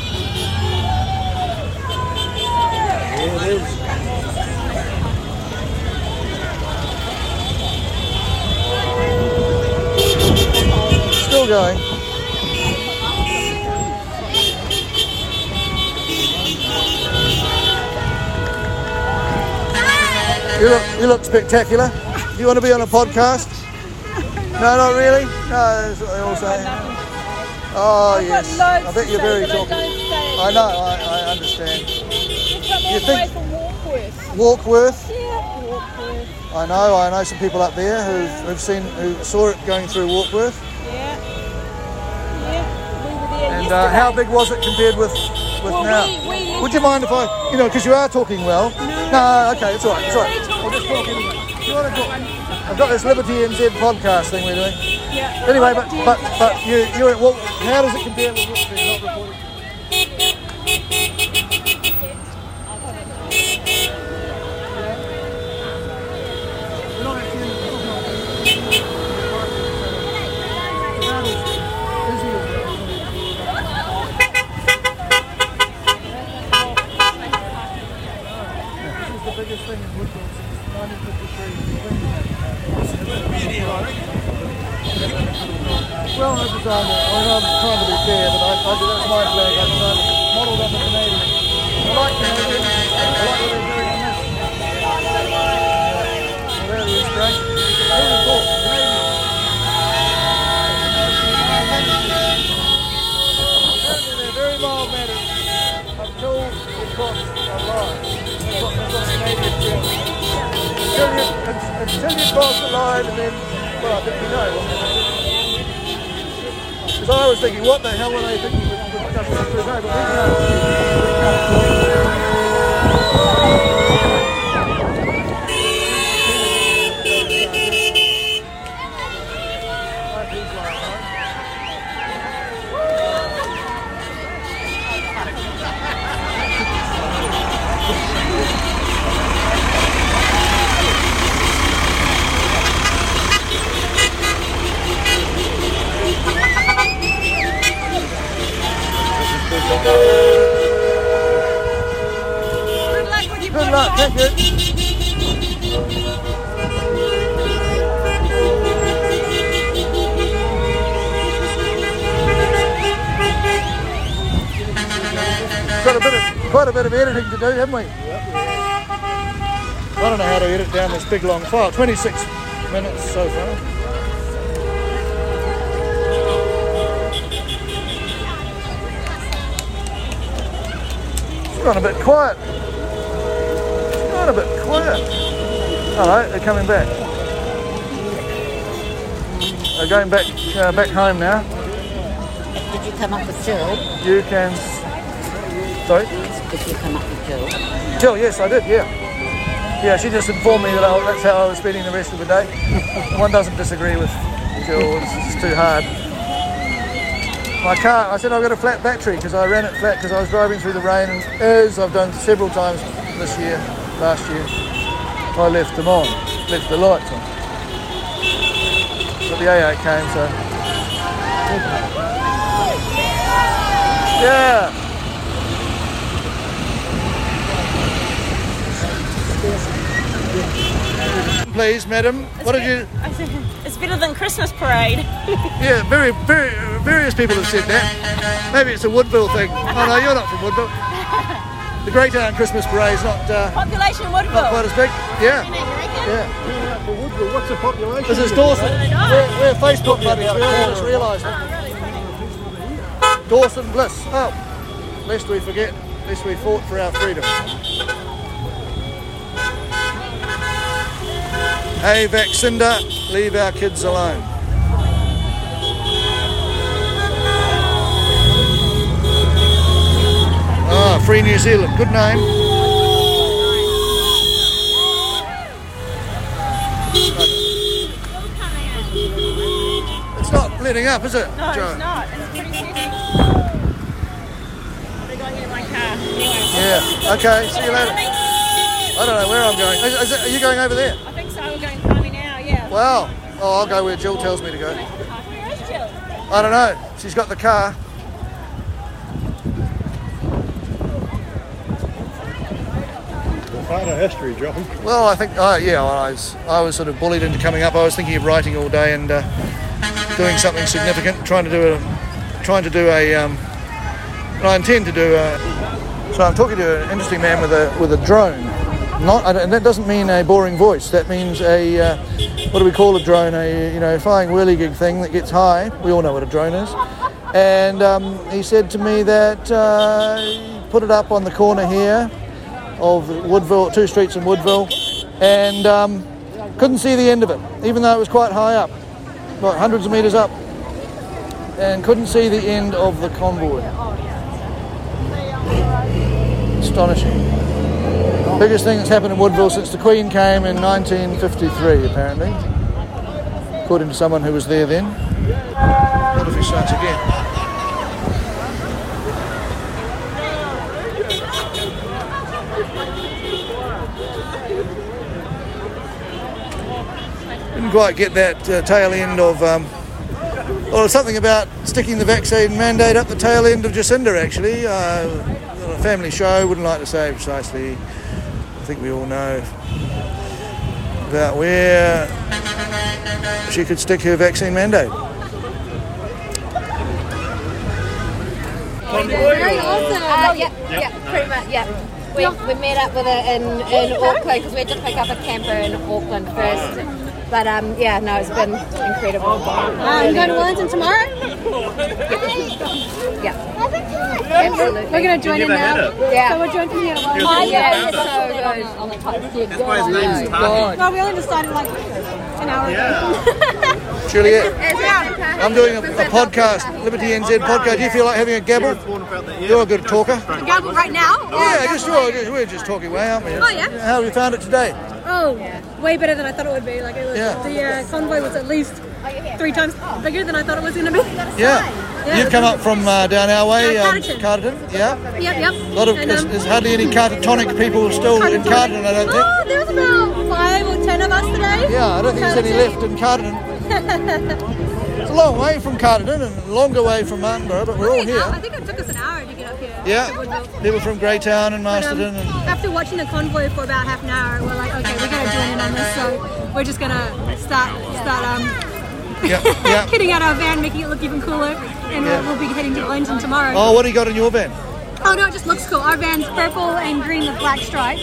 Speaker 2: Still going. You look, you look spectacular. You want to be on a podcast? No, not really. No, that's what they all say. Oh yes, I bet you're very talkative. I know. I, I understand. You think Walkworth? I know. I know some people up there who've, who've seen who saw it going through Walkworth.
Speaker 3: Yeah. Yeah. We were there
Speaker 2: And uh, how big was it compared with with now. Would you mind if I, you know, because you are talking well? No. okay, it's all right. It's all right. I'm just talking. Do you want to talk? I've got this Liberty NZ podcast thing we're doing.
Speaker 12: Yeah.
Speaker 2: Anyway, but but but you you're at Wal- How does it compare with what's being not reported? This is the biggest thing in Woodville since 1953. Well, I designed it. I know I'm trying to be fair, but I, I, that's my flag. I designed it. Modelled on the Canadian. I like Canadians. I like what they're doing in this. Well, that is great. Who would have thought? Canadians. Apparently they're very mild-mannered until it costs a lot. That's what- that's what Canadians do. Until you, until you cross the line and then, well, I think you know what they're gonna do. Because I was thinking, what the hell were they thinking with with customer through there? But we
Speaker 3: Good luck with your
Speaker 2: Good luck, thank you. Got a bit of, quite a bit of editing to do, haven't we? I don't know how to edit down this big long file. 26 minutes so far. It's gone a bit quiet. It's gone a bit quiet. All right, they're coming back. They're going back uh, back home now.
Speaker 13: Did you come up with Jill?
Speaker 2: You can. Sorry.
Speaker 13: Did you come up with Jill?
Speaker 2: Jill, yes, I did. Yeah. Yeah, she just informed me that I, that's how I was spending the rest of the day. <laughs> One doesn't disagree with Jill. It's just too hard. My car. I said I've got a flat battery because I ran it flat because I was driving through the rain, and as I've done several times this year, last year, I left them on, left the lights on. But the AA came, so yeah. Please, madam. what did you?
Speaker 3: I said, it's better than Christmas
Speaker 2: <laughs>
Speaker 3: parade.
Speaker 2: Yeah, very, very, various people have said that. Maybe it's a Woodville thing. Oh no, you're not from Woodville. The Great Aunt Christmas Parade's not uh,
Speaker 3: Population Woodville.
Speaker 2: not quite as big. Yeah, yeah.
Speaker 4: What's the population?
Speaker 2: This is Dawson. We're, we're Facebook buddies. We all just realised. it. Dawson Bliss. Oh, lest we forget, lest we fought for our freedom. Hey, Vaccinda, leave our kids alone. Ah, Free New Zealand. Good name. It's not letting up, is it?
Speaker 3: No,
Speaker 2: Joe?
Speaker 3: it's not. It's pretty steady. Gotta go and get my car.
Speaker 2: Yeah. Okay. See you later. I don't know where I'm going. Is, is it, are you going over there?
Speaker 3: I think so. We're going climbing now. Yeah.
Speaker 2: Wow. Oh, I'll go where Jill tells me to go.
Speaker 3: Where is Jill?
Speaker 2: I don't know. She's got the car.
Speaker 4: Part of history, John.
Speaker 2: Well, I think. Oh, yeah. well, I was. I was sort of bullied into coming up. I was thinking of writing all day and uh, doing something significant. Trying to do a. Trying to do a. Um, and I intend to do a. So I'm talking to an interesting man with a with a drone. Not, I don't- and that doesn't mean a boring voice. That means a. Uh, what do we call a drone? A you know flying whirligig thing that gets high. We all know what a drone is. And um, he said to me that uh, put it up on the corner here of Woodville, two streets in Woodville, and um, couldn't see the end of it, even though it was quite high up, like hundreds of meters up, and couldn't see the end of the convoy. astonishing. Biggest thing that's happened in Woodville since the Queen came in 1953, apparently, according to someone who was there then. What if he starts again? Didn't quite get that uh, tail end of. Um, well, it's something about sticking the vaccine mandate up the tail end of Jacinda, actually. Uh, on a family show, wouldn't like to say precisely. I think we all know about where she could stick her vaccine mandate.
Speaker 14: Very awesome. Uh, yep, yep, pretty much, yep. We, we met up with her in, in Auckland because we had to pick up a camper in Auckland first. But um, yeah, no, it's been incredible.
Speaker 15: Uh, you going to Wellington tomorrow?
Speaker 14: Yeah.
Speaker 15: Absolutely. We're going to join
Speaker 14: You
Speaker 15: in
Speaker 14: never
Speaker 15: now.
Speaker 14: had it. Yeah.
Speaker 15: So we're joining in at Wellington.
Speaker 14: Oh, yeah,
Speaker 15: Yeah.
Speaker 14: it's so good.
Speaker 15: That's why his name's
Speaker 2: Tahi.
Speaker 15: Well, we only decided like an hour ago.
Speaker 2: Juliet, I'm doing a, a podcast, Liberty NZ podcast. Do you feel like having a gabble? You're a good talker.
Speaker 15: Gavel right now? or
Speaker 2: Oh, Yeah,
Speaker 15: gavel
Speaker 2: just sure. just- We're just talking way, aren't we?
Speaker 15: Oh, yeah.
Speaker 2: How have you found it today?
Speaker 15: Oh, way better than I thought it would be. Like it was,
Speaker 2: Yeah.
Speaker 15: the uh, convoy was at least three times bigger than I thought it was going to be.
Speaker 2: Yeah.
Speaker 15: Yeah.
Speaker 2: You've come up from uh, down our way,
Speaker 15: Yeah,
Speaker 2: um,
Speaker 15: Carterton.
Speaker 2: Carterton. Yeah.
Speaker 15: Yep, yep.
Speaker 2: A lot of
Speaker 15: And,
Speaker 2: there's,
Speaker 15: um,
Speaker 2: there's
Speaker 15: <laughs>
Speaker 2: hardly any Cartertonic people still in Carterton, I don't think.
Speaker 15: Oh, there was about five or ten of us today.
Speaker 2: Yeah, I don't think there's any left in
Speaker 15: <laughs>
Speaker 2: Carterton. It's a long way from Carterton and a longer way from Martinborough, but we're all
Speaker 15: I
Speaker 2: here.
Speaker 15: think it took us an hour to get up here.
Speaker 2: Yeah. uh, People from Greytown and
Speaker 15: But, um,
Speaker 2: Masterton and
Speaker 15: after watching the convoy for about half an hour, we're like, okay, we gotta join in on this. So we're just gonna start start um,
Speaker 2: <laughs> yeah,
Speaker 15: <laughs>
Speaker 2: yeah.
Speaker 15: kitting out our van, making it look even cooler, and uh,
Speaker 2: Yeah.
Speaker 15: we'll, we'll be heading to Wellington tomorrow.
Speaker 2: Oh, what do you got in your van?
Speaker 15: Oh no, it just looks cool. Our van's purple and green with black stripes.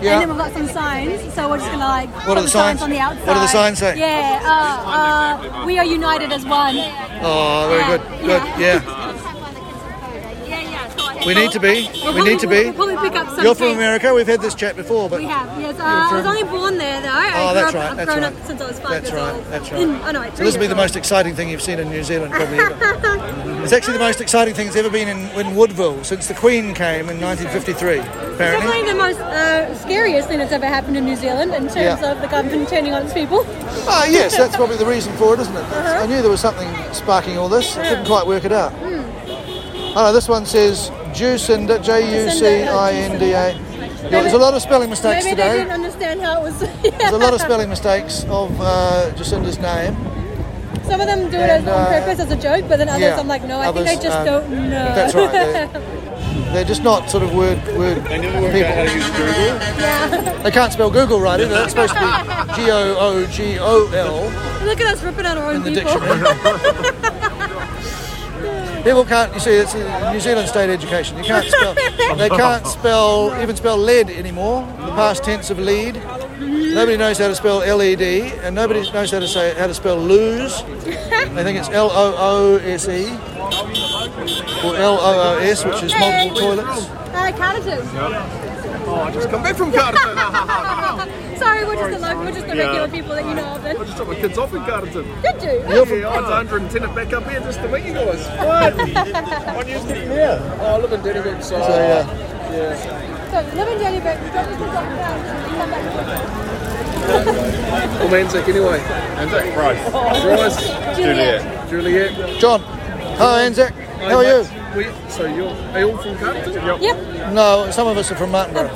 Speaker 2: Yeah.
Speaker 15: And then we've got some signs, so we're just gonna like
Speaker 2: What
Speaker 15: put
Speaker 2: are the
Speaker 15: the signs?
Speaker 2: signs?
Speaker 15: on the outside.
Speaker 2: What do the signs say?
Speaker 15: Yeah, uh, uh, we are united as one.
Speaker 2: Oh, very good. Good. Yeah. We need to be.
Speaker 15: We'll
Speaker 2: We need to
Speaker 15: probably-
Speaker 2: be.
Speaker 15: We'll probably pick up some
Speaker 2: You're from
Speaker 15: things.
Speaker 2: America. We've had this chat before, but
Speaker 15: We have, yes. Uh,
Speaker 2: You're
Speaker 15: I was
Speaker 2: from-
Speaker 15: only born there though. I
Speaker 2: Oh,
Speaker 15: grew
Speaker 2: that's
Speaker 15: up,
Speaker 2: right,
Speaker 15: I've
Speaker 2: that's
Speaker 15: grown
Speaker 2: right.
Speaker 15: up since I was five
Speaker 2: that's
Speaker 15: years
Speaker 2: right.
Speaker 15: old.
Speaker 2: That's
Speaker 15: In,
Speaker 2: right.
Speaker 15: oh no, wait,
Speaker 2: So
Speaker 15: three
Speaker 2: this will be
Speaker 15: years
Speaker 2: the most exciting thing you've seen in New Zealand probably
Speaker 15: <laughs>
Speaker 2: ever.
Speaker 15: old.
Speaker 2: It's actually the most exciting thing that's ever been in, in Woodville since the Queen came in 1953, apparently.
Speaker 15: Definitely the most uh, scariest thing that's ever happened in New Zealand in terms
Speaker 2: Yeah.
Speaker 15: of the government turning on its people.
Speaker 2: Ah, yes, that's probably the reason for it, isn't it?
Speaker 15: Uh-huh.
Speaker 2: I knew there was something sparking all this. I
Speaker 15: Hmm.
Speaker 2: couldn't quite work it out. Oh, no, this one says Jucinda, J-U-C-I-N-D-A. Yeah, there's a lot of spelling mistakes
Speaker 15: <laughs> Maybe they
Speaker 2: today.
Speaker 15: didn't understand how it was. <laughs>
Speaker 2: There's a lot of spelling mistakes of uh, Jacinda's name.
Speaker 15: Some of them do it
Speaker 2: And,
Speaker 15: as- on
Speaker 2: uh,
Speaker 15: purpose as a joke, but then others
Speaker 2: yeah,
Speaker 15: I'm like, no, I think
Speaker 2: others,
Speaker 15: I just
Speaker 2: uh,
Speaker 15: don't know.
Speaker 2: that's right, they- They're just not sort of word word they never people. Out how to use Google.
Speaker 15: yeah.
Speaker 2: They can't spell Google right either. It's supposed to be
Speaker 15: <laughs>
Speaker 2: G O O G O L.
Speaker 15: <laughs> Look at us ripping out our own
Speaker 2: the
Speaker 15: people.
Speaker 2: People can't. You see, it's a New Zealand state education. You can't spell. They can't spell even spell lead anymore. The past tense of lead. Nobody knows how to spell LED, and nobody knows how to say how to spell lose. They think it's L O O S E or L O O S, which is
Speaker 15: Hey.
Speaker 2: multiple toilets.
Speaker 15: <laughs> Uh, Carterton.
Speaker 2: Oh, I just come back from
Speaker 15: <laughs>
Speaker 11: <laughs>
Speaker 15: Sorry, we're just the local, we're just the
Speaker 5: Yeah.
Speaker 15: regular people that you know of. Then.
Speaker 5: I just dropped my kids off in Carterton.
Speaker 15: Did you?
Speaker 5: Yeah, I was 110 it back up here just to meet you guys. What? What years did you Yeah. Oh, I live in Dennybrook,
Speaker 2: So,
Speaker 5: so.
Speaker 2: yeah.
Speaker 15: So, live in Dennybrook, you got your kids off the ground, and come back to Woodville.
Speaker 5: Well, Manzac anyway. Manzac. Bryce.
Speaker 11: Oh.
Speaker 5: Bryce.
Speaker 2: Juliet.
Speaker 5: Juliet.
Speaker 2: John. Hi, Anzac. How are you?
Speaker 5: We, so you're, are you all from Carterton?
Speaker 15: Yep.
Speaker 2: No, some of us are from Martinborough.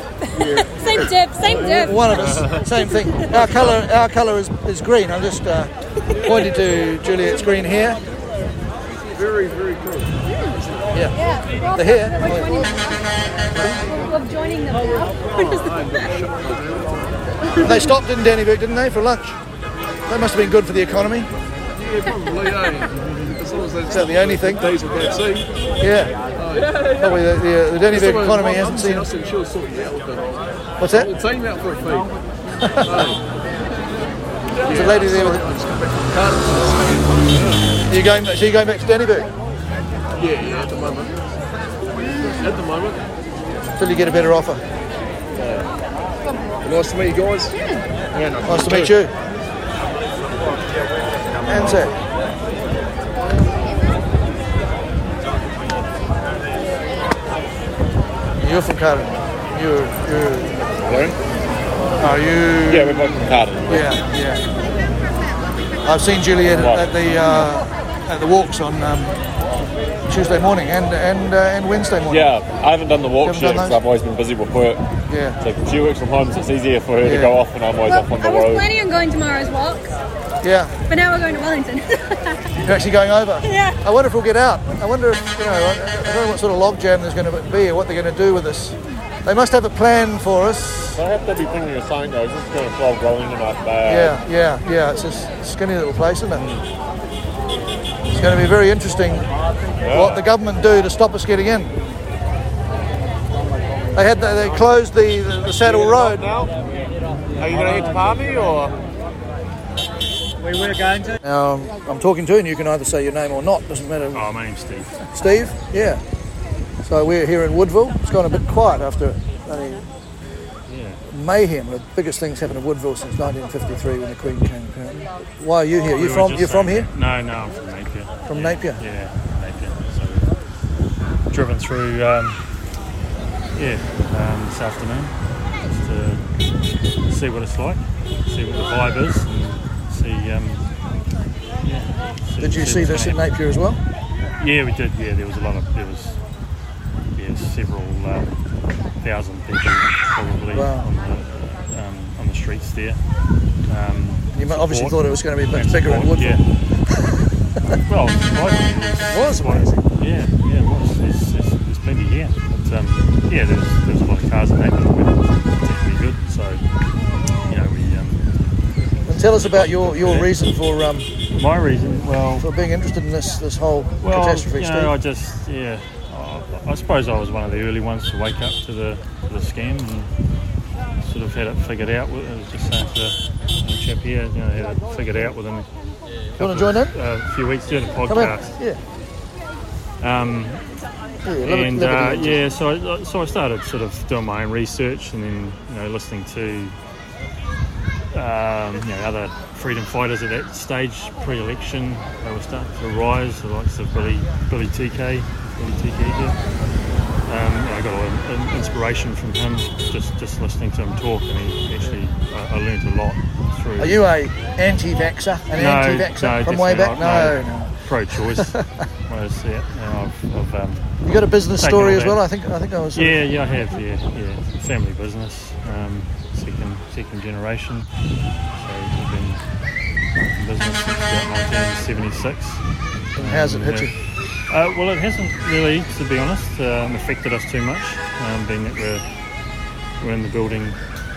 Speaker 15: Same dip, same dip.
Speaker 2: One of us, same thing. Our colour, our colour is, is green. I'm just uh, pointed to Juliet's green hair.
Speaker 5: Very, very cool.
Speaker 2: Yeah.
Speaker 15: Yeah, we're all-
Speaker 2: They're here.
Speaker 15: We're joining them. We're joining them now.
Speaker 2: They stopped in Dannyburg, didn't they, for lunch? That must have been good for the economy.
Speaker 5: Oh, Yeah, probably, eh? As long as
Speaker 2: Is that the only thing?
Speaker 5: Diesel vaccine.
Speaker 2: Yeah.
Speaker 5: Oh, yeah.
Speaker 2: Probably the, the, uh, the Dannyburg
Speaker 5: Someone- my
Speaker 2: economy hasn't
Speaker 5: mum's
Speaker 2: seen.
Speaker 5: house and she'll sort you out with it.
Speaker 2: What's that?
Speaker 5: We'll take you out for a
Speaker 2: <laughs>
Speaker 5: feed.
Speaker 2: There's a lady there. With... You going? She going back to Dannyburg
Speaker 5: Yeah, yeah, at the moment. At the moment.
Speaker 2: until you get a better offer.
Speaker 5: Nice to meet you guys. Yeah,
Speaker 2: Nice to meet you. Anzac. You're from Cardiff. you were, you were Are you?
Speaker 16: Yeah, we're both from Cardiff.
Speaker 2: Yeah, yeah. I've seen Juliet at, at the uh, at the walks on um, Tuesday morning and and uh, and Wednesday morning.
Speaker 8: Yeah, I haven't done the walk
Speaker 2: Haven't done
Speaker 8: yet because
Speaker 2: those?
Speaker 8: I've always been busy with work.
Speaker 2: Yeah.
Speaker 8: So she works from home, so it's easier for her
Speaker 2: Yeah.
Speaker 8: to go off, and I'm always off on
Speaker 15: I
Speaker 8: the
Speaker 15: was
Speaker 8: road.
Speaker 15: planning on going tomorrow's walk,
Speaker 2: Yeah,
Speaker 15: but now we're going to Wellington. <laughs>
Speaker 2: you're actually going over.
Speaker 15: Yeah.
Speaker 2: I wonder if we'll get out. I wonder if you know. I, I don't know what sort of logjam there's going to be or what they're going to do with us. They must have a plan for us.
Speaker 8: So I have to be thinking of something though. This is going to slow rolling in my
Speaker 2: Yeah,
Speaker 8: bag.
Speaker 2: yeah, yeah. It's a s- skinny little place, isn't it? It's going to be very interesting what the government do to stop us getting in. They had the, they closed the, the, the Saddle Road.
Speaker 16: Now, are you going to eat the party or?
Speaker 2: We were going to. Now I'm talking to you, and you can either say your name or not. Doesn't matter.
Speaker 16: Oh, my name's Steve.
Speaker 2: Steve. Yeah. So we're here in Woodville. It's gone a bit quiet after bloody
Speaker 16: Yeah.
Speaker 2: mayhem. The biggest things happened in Woodville since 1953 when the Queen came. Apparently. Why are you here?
Speaker 16: We
Speaker 2: You
Speaker 16: were
Speaker 2: from
Speaker 16: just
Speaker 2: you from
Speaker 16: saying
Speaker 2: here?
Speaker 16: that. No, no, I'm from Napier.
Speaker 2: From
Speaker 16: Yeah,
Speaker 2: Napier?
Speaker 16: Yeah, Napier. So we've driven through, um, yeah, um, this afternoon uh, just to see what it's like, see what the vibe is, and see. Um, yeah,
Speaker 2: Did you see
Speaker 16: what's
Speaker 2: this in
Speaker 16: going on.
Speaker 2: Napier as well?
Speaker 16: Yeah, we did. Yeah, there was a lot of there was yeah several um, thousand people probably
Speaker 2: Wow.
Speaker 16: on the um, on the streets there. Um,
Speaker 2: You mu- obviously
Speaker 16: support-
Speaker 2: thought it was going to be much
Speaker 16: and
Speaker 2: bigger in
Speaker 16: support,
Speaker 2: Woodville.
Speaker 16: Yeah. <laughs> well, surprisingly, it was surprising. Yeah, yeah, it was. It's, it's, it's plenty here. But um, yeah, there was, there was a lot of cars in that, but it wasn't particularly good. So you know, we um,
Speaker 2: And tell us about your, your reason for um,
Speaker 16: my reason. Well,
Speaker 2: for being interested in this this whole
Speaker 16: Well,
Speaker 2: catastrophe.
Speaker 16: you
Speaker 2: Steve.
Speaker 16: know, I just yeah. I, I suppose I was one of the early ones to wake up to the to the scam and sort of had it figured out. With, I was just saying to the young chap here, you know, had it figured out within a couple
Speaker 2: join
Speaker 16: of, uh, few weeks doing a
Speaker 2: Come in.
Speaker 16: podcast.
Speaker 2: Yeah.
Speaker 16: Um,
Speaker 2: Yeah, Liberty-
Speaker 16: and uh,
Speaker 2: Liberty Lounge.
Speaker 16: yeah, so I, so I started sort of doing my own research and then you know listening to um, you know other freedom fighters at that stage pre-election they were starting to rise the likes of Billy Billy TK Billy TK here. Um, I got a lot of in- inspiration from him just just listening to him talk and he actually I, I learned a lot through.
Speaker 2: Are you a anti-vaxer? An anti-vaxer from way back? No, no.
Speaker 16: Uh,
Speaker 2: <laughs>
Speaker 16: Pro-choice. Well, that's it. Now I've, I've, um,
Speaker 2: You got a business
Speaker 16: taken
Speaker 2: story
Speaker 16: all
Speaker 2: as
Speaker 16: that-
Speaker 2: well? I think- I think I was-
Speaker 16: Yeah, yeah, I have. Yeah, yeah. Family business, um, second second generation. So we've been in business since about 1976.
Speaker 2: And how's it
Speaker 16: Um,
Speaker 2: hit
Speaker 16: yeah.
Speaker 2: you?
Speaker 16: Uh, well, it hasn't really, to be honest, um, affected us too much, um, being that we're, we're in the building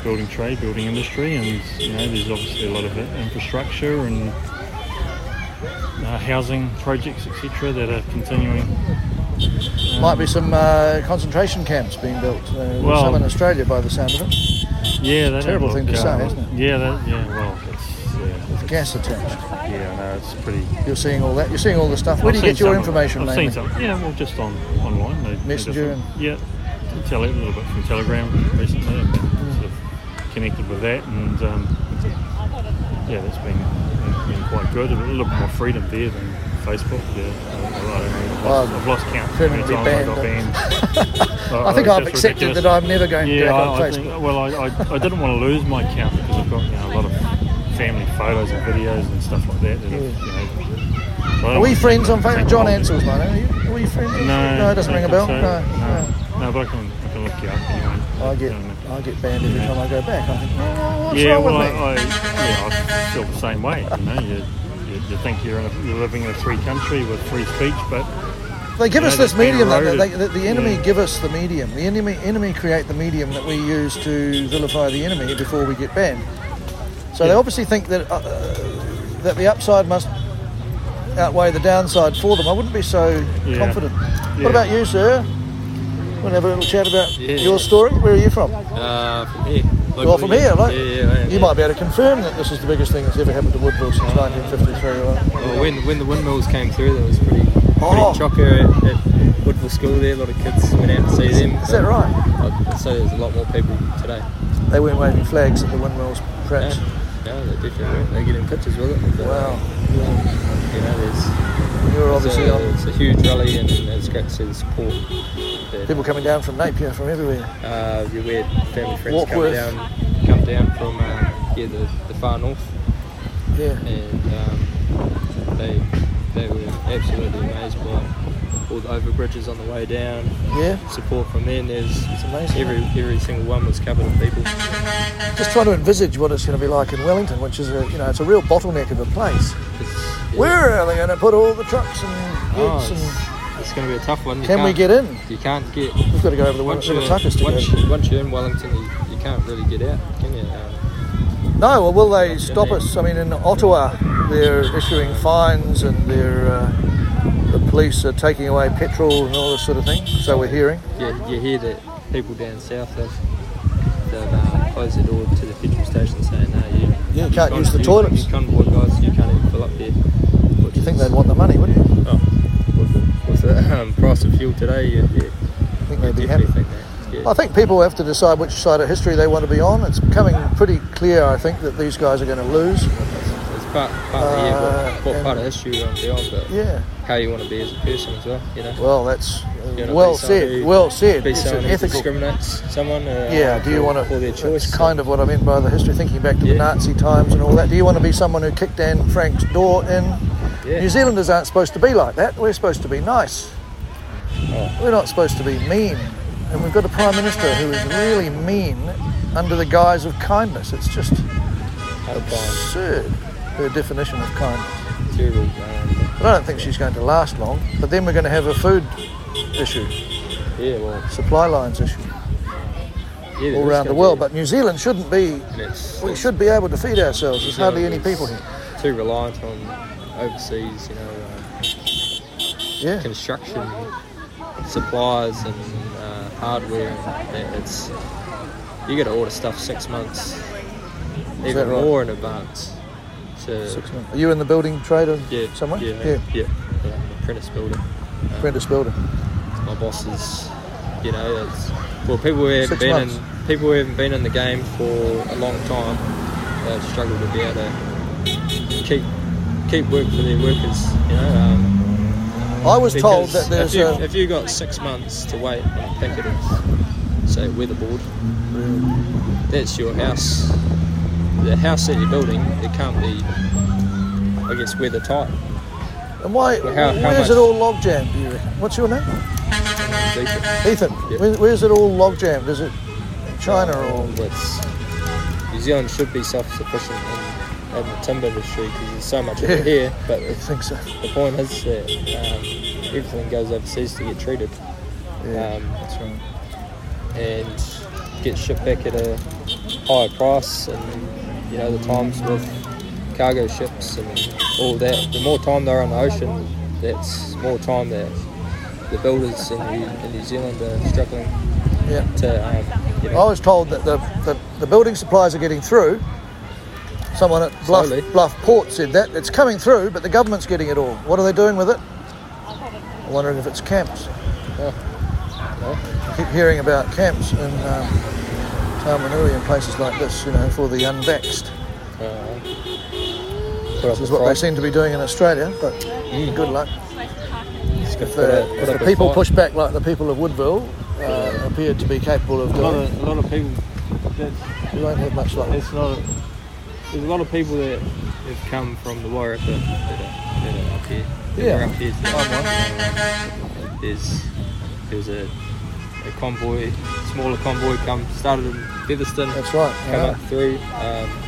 Speaker 16: building trade, building industry, and you know there's obviously a lot of infrastructure and uh, housing projects, etc., that are continuing. um,
Speaker 2: Might be some uh, concentration camps being built. Uh, there's
Speaker 16: Well-
Speaker 2: some in Australia, by the sound of it.
Speaker 16: Yeah, that
Speaker 2: terrible thing to say, isn't it?
Speaker 16: Yeah, that, yeah. Well, it's yeah,
Speaker 2: With gas attached.
Speaker 16: yeah, no, it's pretty.
Speaker 2: You're seeing all that. You're seeing all this stuff. Where do you
Speaker 16: I've
Speaker 2: get
Speaker 16: seen
Speaker 2: your
Speaker 16: some of it.
Speaker 2: information
Speaker 16: I've
Speaker 2: mainly?
Speaker 16: seen some. Yeah, well, just on online. They, they
Speaker 2: Messenger
Speaker 16: just- yeah, tele, a little bit from Telegram recently. I've
Speaker 2: Mm.
Speaker 16: been sort of connected with that, and um, yeah, that's been, been quite good. A little bit more freedom there than Facebook. Yeah, I, I don't know. I've lost,
Speaker 2: Well,
Speaker 16: I've lost count.
Speaker 2: feeling
Speaker 16: Every
Speaker 2: to be
Speaker 16: time I got
Speaker 2: banned. <laughs>
Speaker 16: banned.
Speaker 2: I think
Speaker 16: Oh, it's
Speaker 2: I've
Speaker 16: just
Speaker 2: accepted
Speaker 16: ridiculous.
Speaker 2: that I'm never going
Speaker 16: yeah,
Speaker 2: back
Speaker 16: I,
Speaker 2: on
Speaker 16: I think-
Speaker 2: Facebook.
Speaker 16: well, I, I, I didn't want to lose my account because I've got you know, a lot of family photos and videos and stuff like that. that have, you know, so I don't
Speaker 2: Are we
Speaker 16: want to
Speaker 2: friends on
Speaker 16: take
Speaker 2: Facebook? John
Speaker 16: hold of it.
Speaker 2: Ansell's mate. Are you, are you friends?
Speaker 16: No,
Speaker 2: no, it doesn't
Speaker 16: I
Speaker 2: ring a bell.
Speaker 16: don't think
Speaker 2: No,
Speaker 16: so.
Speaker 2: no.
Speaker 16: no. No, but I can, I can look you up anyway.
Speaker 2: I get I get banned every time I go back. I think, oh, what's
Speaker 16: yeah,
Speaker 2: wrong
Speaker 16: well,
Speaker 2: with me?
Speaker 16: I, I, yeah, I feel the same way. You know, you, you, you think you're in a, you're living in a free country with free speech, but
Speaker 2: They give
Speaker 16: you
Speaker 2: us
Speaker 16: know,
Speaker 2: this
Speaker 16: that's been
Speaker 2: medium. Though. They,
Speaker 16: eroded.
Speaker 2: the, the enemy
Speaker 16: Yeah.
Speaker 2: give us the medium. The enemy enemy create the medium that we use to vilify the enemy before we get banned. So they obviously think that uh, that the upside must outweigh the downside for them. I wouldn't be so
Speaker 16: Yeah.
Speaker 2: confident.
Speaker 16: Yeah.
Speaker 2: What about you, sir? We'll have a little chat about
Speaker 5: Yeah.
Speaker 2: your story. Where are you from?
Speaker 5: Uh, from here.
Speaker 2: well, from here, like
Speaker 5: Yeah, yeah, I am,
Speaker 2: you
Speaker 5: yeah.
Speaker 2: might be able to confirm that this is the biggest thing that's ever happened to Woodville since 1953. Right?
Speaker 5: Well, when, when the windmills came through, that was pretty, pretty
Speaker 2: Oh.
Speaker 5: chocker at, at Woodville School there. A lot of kids went out to see them.
Speaker 2: Is that
Speaker 5: but
Speaker 2: right?
Speaker 5: I'd say there's a lot more people today.
Speaker 2: They weren't waving flags at the windmills, perhaps.
Speaker 5: Yeah, they definitely were. They're getting pictures with it. But,
Speaker 2: Wow.
Speaker 5: You know, there's.
Speaker 2: You're
Speaker 5: it's
Speaker 2: obviously
Speaker 5: a,
Speaker 2: on-
Speaker 5: It's a huge rally, and it's great to see the support that
Speaker 16: Thursday.
Speaker 2: People coming down from Napier, from everywhere.
Speaker 16: Uh, we had family friends
Speaker 2: Warkworth.
Speaker 16: come down, come down from uh, yeah the, the far north.
Speaker 2: Yeah.
Speaker 16: And um, they they were absolutely amazed by all the overbridges on the way down.
Speaker 2: Yeah.
Speaker 16: Support from them. There's
Speaker 2: it's amazing.
Speaker 16: Every every single one was covered with people.
Speaker 2: Just trying to envisage what it's going to be like in Wellington, which is a you know it's a real bottleneck of a place. Where are they going to put all the trucks and
Speaker 16: Oh,
Speaker 2: goods and
Speaker 16: it's, it's going to be a tough one. You
Speaker 2: Can we
Speaker 16: can't-
Speaker 2: get in?
Speaker 16: You can't get.
Speaker 2: We've got to go over the
Speaker 16: once
Speaker 2: Wellington
Speaker 16: you're-
Speaker 2: Tuckers to get
Speaker 16: once,
Speaker 2: in.
Speaker 16: you- once you're in Wellington, you, you can't really get out, can you? Um,
Speaker 2: No, well, will they stop us? I mean, in Ottawa, they're issuing fines and they're, uh, the police are taking away petrol and all this sort of thing. So we're hearing.
Speaker 16: you, you hear that people down south have they've uh, closed the door to the petrol station, saying, "No, you,
Speaker 2: Yeah, you can't use the
Speaker 16: you,
Speaker 2: toilets."
Speaker 16: You convoy guys, you can't even fill up there."
Speaker 2: You think they'd want the money, wouldn't you?
Speaker 16: Oh, with the, <laughs> with the um, price of fuel today, you, you, I
Speaker 2: think they'd
Speaker 16: be happy. Think that, yeah.
Speaker 2: I think people have to decide which side of history they want to be on. It's becoming pretty clear, I think, that these guys are going to lose.
Speaker 16: It's part, part of yeah,
Speaker 2: Uh,
Speaker 16: what, what
Speaker 2: and-
Speaker 16: part of history you want to be on, but
Speaker 2: Yeah.
Speaker 16: how you want to be as a person as well, you know.
Speaker 2: Well, that's uh,
Speaker 16: You know,
Speaker 2: well
Speaker 16: be someone
Speaker 2: said.
Speaker 16: who-
Speaker 2: Well said.
Speaker 16: Be
Speaker 2: It's
Speaker 16: someone
Speaker 2: an
Speaker 16: who
Speaker 2: ethical-
Speaker 16: discriminates someone. Uh,
Speaker 2: Yeah, do you want to?
Speaker 16: for their choice?
Speaker 2: It's kind of what I meant by the history, thinking back to the Nazi times and all that. Do you want to be someone who kicked Anne Frank's door in?
Speaker 16: Yeah.
Speaker 2: New Zealanders aren't supposed to be like that. We're supposed to be nice.
Speaker 16: Oh.
Speaker 2: We're not supposed to be mean. And we've got a Prime Minister who is really mean under the guise of kindness. It's just
Speaker 16: um,
Speaker 2: absurd, her definition of kindness.
Speaker 16: Terrible. um,
Speaker 2: But I don't think she's going to last long. But then we're going to have a food issue,
Speaker 16: Yeah, well,
Speaker 2: supply lines issue
Speaker 16: yeah,
Speaker 2: all
Speaker 16: it's
Speaker 2: around the
Speaker 16: gonna
Speaker 2: world. But New Zealand shouldn't be.
Speaker 16: be- and it's-
Speaker 2: We should be able to feed ourselves.
Speaker 16: New
Speaker 2: There's hardly any
Speaker 16: Zealand
Speaker 2: people here.
Speaker 16: is Too reliant on overseas, you know, um,
Speaker 2: Yeah.
Speaker 16: construction supplies and uh, hardware. That it's you got to order stuff six months,
Speaker 2: that
Speaker 16: even
Speaker 2: right?
Speaker 16: more in advance. To,
Speaker 2: Six months. Are you in the building trade or
Speaker 16: Yeah,
Speaker 2: somewhere?
Speaker 16: Yeah,
Speaker 2: yeah.
Speaker 16: yeah, yeah. I'm an apprentice builder. Um,
Speaker 2: Apprentice builder.
Speaker 16: my bosses, you know, it's, well, people who haven't
Speaker 2: Six
Speaker 16: been
Speaker 2: months.
Speaker 16: in people who haven't been in the game for a long time, they struggle to be able to keep keep work for their workers. You know, um,
Speaker 2: I was told
Speaker 16: because
Speaker 2: that there's
Speaker 16: if you,
Speaker 2: a-
Speaker 16: if you got six months to wait on a packet of say weatherboard, that's your house. The house that you're building, it can't be, I guess, weather tight.
Speaker 2: And why?
Speaker 16: Well, how- how
Speaker 2: where's
Speaker 16: much-
Speaker 2: it all log jammed? Do you reckon? What's your name? Ethan.
Speaker 16: Yep.
Speaker 2: Where, where's it all log jammed? Is it China or?
Speaker 16: It's, New Zealand should be self-sufficient in, in the timber industry because there's so much
Speaker 2: <laughs>
Speaker 16: of
Speaker 2: Yeah,
Speaker 16: it here. But the,
Speaker 2: think so.
Speaker 16: the point is that um, everything goes overseas to get treated.
Speaker 2: Yeah,
Speaker 16: um, And get shipped back at a higher price, and you know the times with cargo ships and all that. The more time they're on the ocean, that's more time that the builders in New, in New Zealand are struggling
Speaker 2: Yeah.
Speaker 16: to. Um, you know,
Speaker 2: I was told that the, the, the building supplies are getting through. Someone at Bluff,
Speaker 16: Slowly.
Speaker 2: Bluff Port said that. It's coming through, but the government's getting it all. What are they doing with it? I'm wondering if it's camps. I keep hearing about camps in um, Tamanui and places like this, you know, for the unvaxxed. This is what they seem to be doing in Australia, but good luck. If
Speaker 16: Mm. put
Speaker 2: the,
Speaker 16: up-
Speaker 2: if
Speaker 16: put up
Speaker 2: the
Speaker 16: a
Speaker 2: people
Speaker 16: fight.
Speaker 2: push back like the people of Woodville uh, appear to be capable of
Speaker 16: a lot
Speaker 2: doing,
Speaker 16: of, a lot of people. That's,
Speaker 2: we won't have much luck.
Speaker 16: it's not. There's a lot of people that have come from the Wairarapa that are, that are up here. that
Speaker 2: Yeah.
Speaker 16: were up here. Today. There's there was a, a convoy, smaller convoy, come started in Featherston.
Speaker 2: That's right.
Speaker 16: Come
Speaker 2: yeah.
Speaker 16: up through. Um,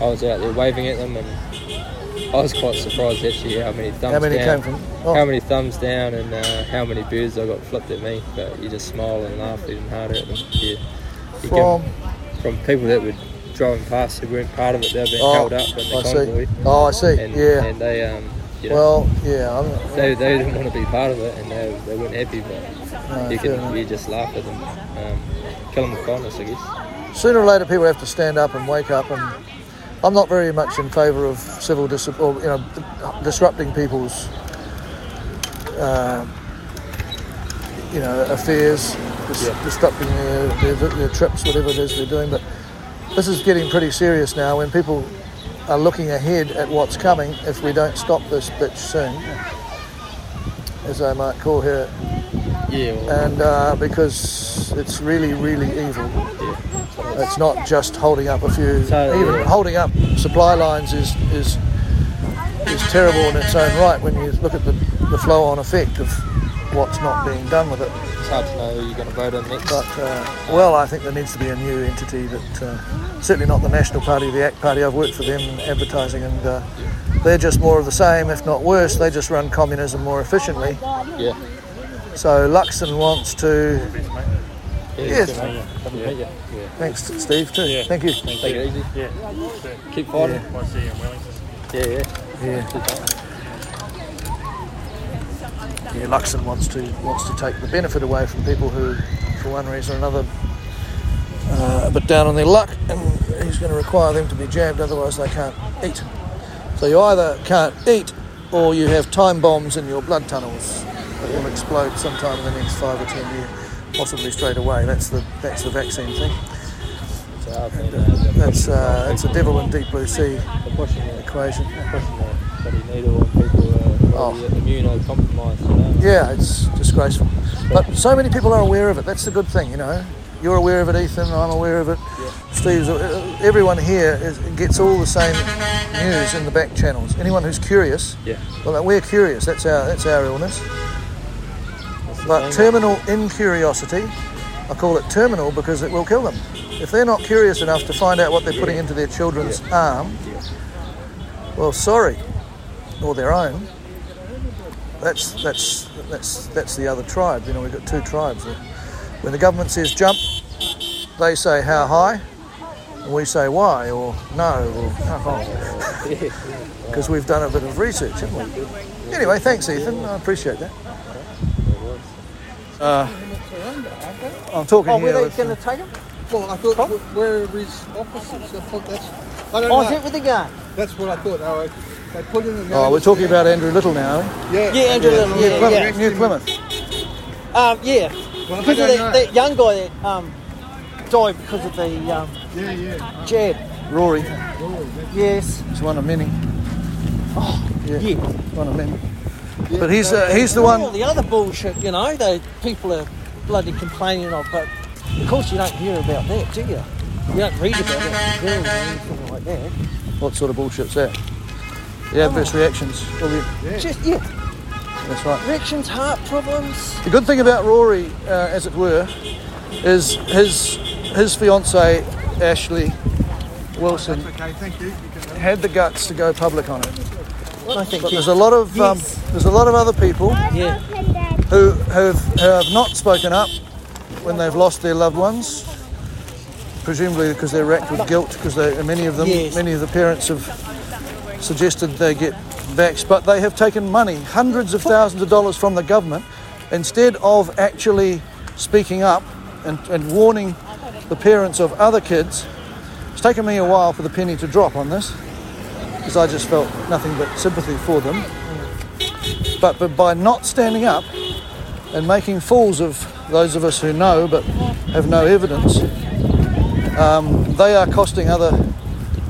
Speaker 16: I was out there waving at them, and I was quite surprised actually how many thumbs
Speaker 2: How many
Speaker 16: down,
Speaker 2: came from- oh.
Speaker 16: how many thumbs down, and uh, how many birds I got flipped at me. But you just smile and laugh even harder at them. Yeah. You
Speaker 2: From?
Speaker 16: can- from people that were driving past who weren't part of it, they've been
Speaker 2: Oh,
Speaker 16: held up in the
Speaker 2: I see.
Speaker 16: convoy.
Speaker 2: Oh, I see,
Speaker 16: And,
Speaker 2: yeah.
Speaker 16: And they um. You know,
Speaker 2: Well, yeah, I'm,
Speaker 16: they, they didn't want to be part of it and they, they weren't happy, but
Speaker 2: No,
Speaker 16: you
Speaker 2: fair
Speaker 16: can
Speaker 2: enough.
Speaker 16: you just laugh at them, um, kill them with kindness, I guess.
Speaker 2: sooner or later people have to stand up and wake up and I'm not very much in favour of civil dis- or, you know disrupting people's uh, you know affairs dis- disrupting their, their, their trips whatever it is they're doing but this is getting pretty serious now when people are looking ahead at what's coming if we don't stop this bitch soon as I might call her
Speaker 16: Yeah, well-
Speaker 2: and uh, because it's really, really evil. It's not just holding up a few. even
Speaker 16: yeah.
Speaker 2: holding up supply lines is is is terrible in its own right when you look at the, the flow-on effect of what's not being done with it.
Speaker 16: It's hard to know who you're going to vote in next.
Speaker 2: But uh, well, I think there needs to be a new entity that uh, certainly not the National Party, the ACT Party. I've worked for them in advertising, and uh, they're just more of the same, if not worse. They just run communism more efficiently.
Speaker 16: Yeah.
Speaker 2: So Luxon wants to. Yes.
Speaker 16: good on you. Haven't beat you. Yeah.
Speaker 2: Thanks, Steve. Too. Thank you.
Speaker 16: Take it easy. Yeah. Keep fighting.
Speaker 6: I see you in Wellington.
Speaker 16: Yeah, yeah.
Speaker 2: Yeah.
Speaker 16: Keep fighting.
Speaker 2: Yeah, Luxon wants to wants to take the benefit away from people who, for one reason or another, uh, are a bit down on their luck, and he's going to require them to be jabbed, otherwise they can't eat. So you either can't eat, or you have time bombs in your blood tunnels that will explode sometime in the next five or ten years, possibly straight away. That's the that's the vaccine thing. And, uh,
Speaker 16: um,
Speaker 2: that's uh, that's a devil in deep blue sea equation.
Speaker 16: But you need all the people who are oh. immunocompromised. You know?
Speaker 2: Yeah, it's disgraceful. But so many people are aware of it. That's the good thing, you know. You're aware of it, Ethan. I'm aware of it. Steve's. uh, Everyone here is, gets all the same news in the back channels. Anyone who's curious.
Speaker 16: Yeah.
Speaker 2: Well, we're curious. That's our that's our illness. But terminal incuriosity, I call it terminal because it will kill them. If they're not curious enough to find out what they're putting into their children's arm, well, sorry, or their own. That's that's that's that's the other tribe. You know, we've got two tribes. When the government says jump, they say how high, and we say why or no or
Speaker 17: <laughs>
Speaker 2: how high, because we've done a bit of research, haven't we? Anyway, thanks, Ethan. I appreciate that. Uh, I'm talking
Speaker 17: Oh,
Speaker 2: here.
Speaker 17: were they
Speaker 2: with-
Speaker 17: going to take him?
Speaker 8: Well, I thought wh- where his offices, I thought that's. I don't
Speaker 17: Oh,
Speaker 8: know.
Speaker 17: is it with the gun?
Speaker 8: That's what I thought. Oh, they put in the.
Speaker 2: oh, we're
Speaker 8: notice
Speaker 2: talking
Speaker 8: there.
Speaker 2: about Andrew Little now. eh?
Speaker 8: Yeah.
Speaker 17: Yeah, Andrew Little, yeah,
Speaker 2: Plymouth,
Speaker 17: yeah.
Speaker 2: New Plymouth.
Speaker 17: Um, yeah.
Speaker 8: Well,
Speaker 17: because
Speaker 8: I
Speaker 17: of
Speaker 8: don't
Speaker 17: that,
Speaker 8: know.
Speaker 17: that young guy that um, died because of the um, yeah, yeah. jab.
Speaker 2: Rory.
Speaker 17: Yes.
Speaker 2: He's one of many.
Speaker 17: Oh,
Speaker 2: yeah. One of many.
Speaker 17: Yeah,
Speaker 2: But he's, uh, he's the one-
Speaker 17: All the other bullshit, you know, that people are bloody complaining of, but of course you don't hear about that, do you? You don't read about it in the journal or anything like that.
Speaker 2: What sort of bullshit's that? The adverse
Speaker 17: Oh.
Speaker 2: reactions. all the-
Speaker 17: Just, yeah,
Speaker 2: That's right.
Speaker 17: erections, heart problems.
Speaker 2: The good thing about Rory, uh, as it were, is his his fiancee Ashley Wilson
Speaker 8: Okay, thank you.
Speaker 2: had the guts to go public on it.
Speaker 17: I think
Speaker 2: But
Speaker 17: he-
Speaker 2: there's a lot of um,
Speaker 17: Yes.
Speaker 2: there's a lot of other people
Speaker 17: Yeah.
Speaker 2: who have, who have not spoken up when they've lost their loved ones, presumably because they're racked with guilt. Because many of them,
Speaker 17: Yes.
Speaker 2: many of the parents have suggested they get vaxxed, but they have taken money, hundreds of thousands of dollars from the government, instead of actually speaking up and, and warning the parents of other kids. It's taken me a while for the penny to drop on this, because I just felt nothing but sympathy for them. But, but by not standing up and making fools of those of us who know but have no evidence, um, they are costing other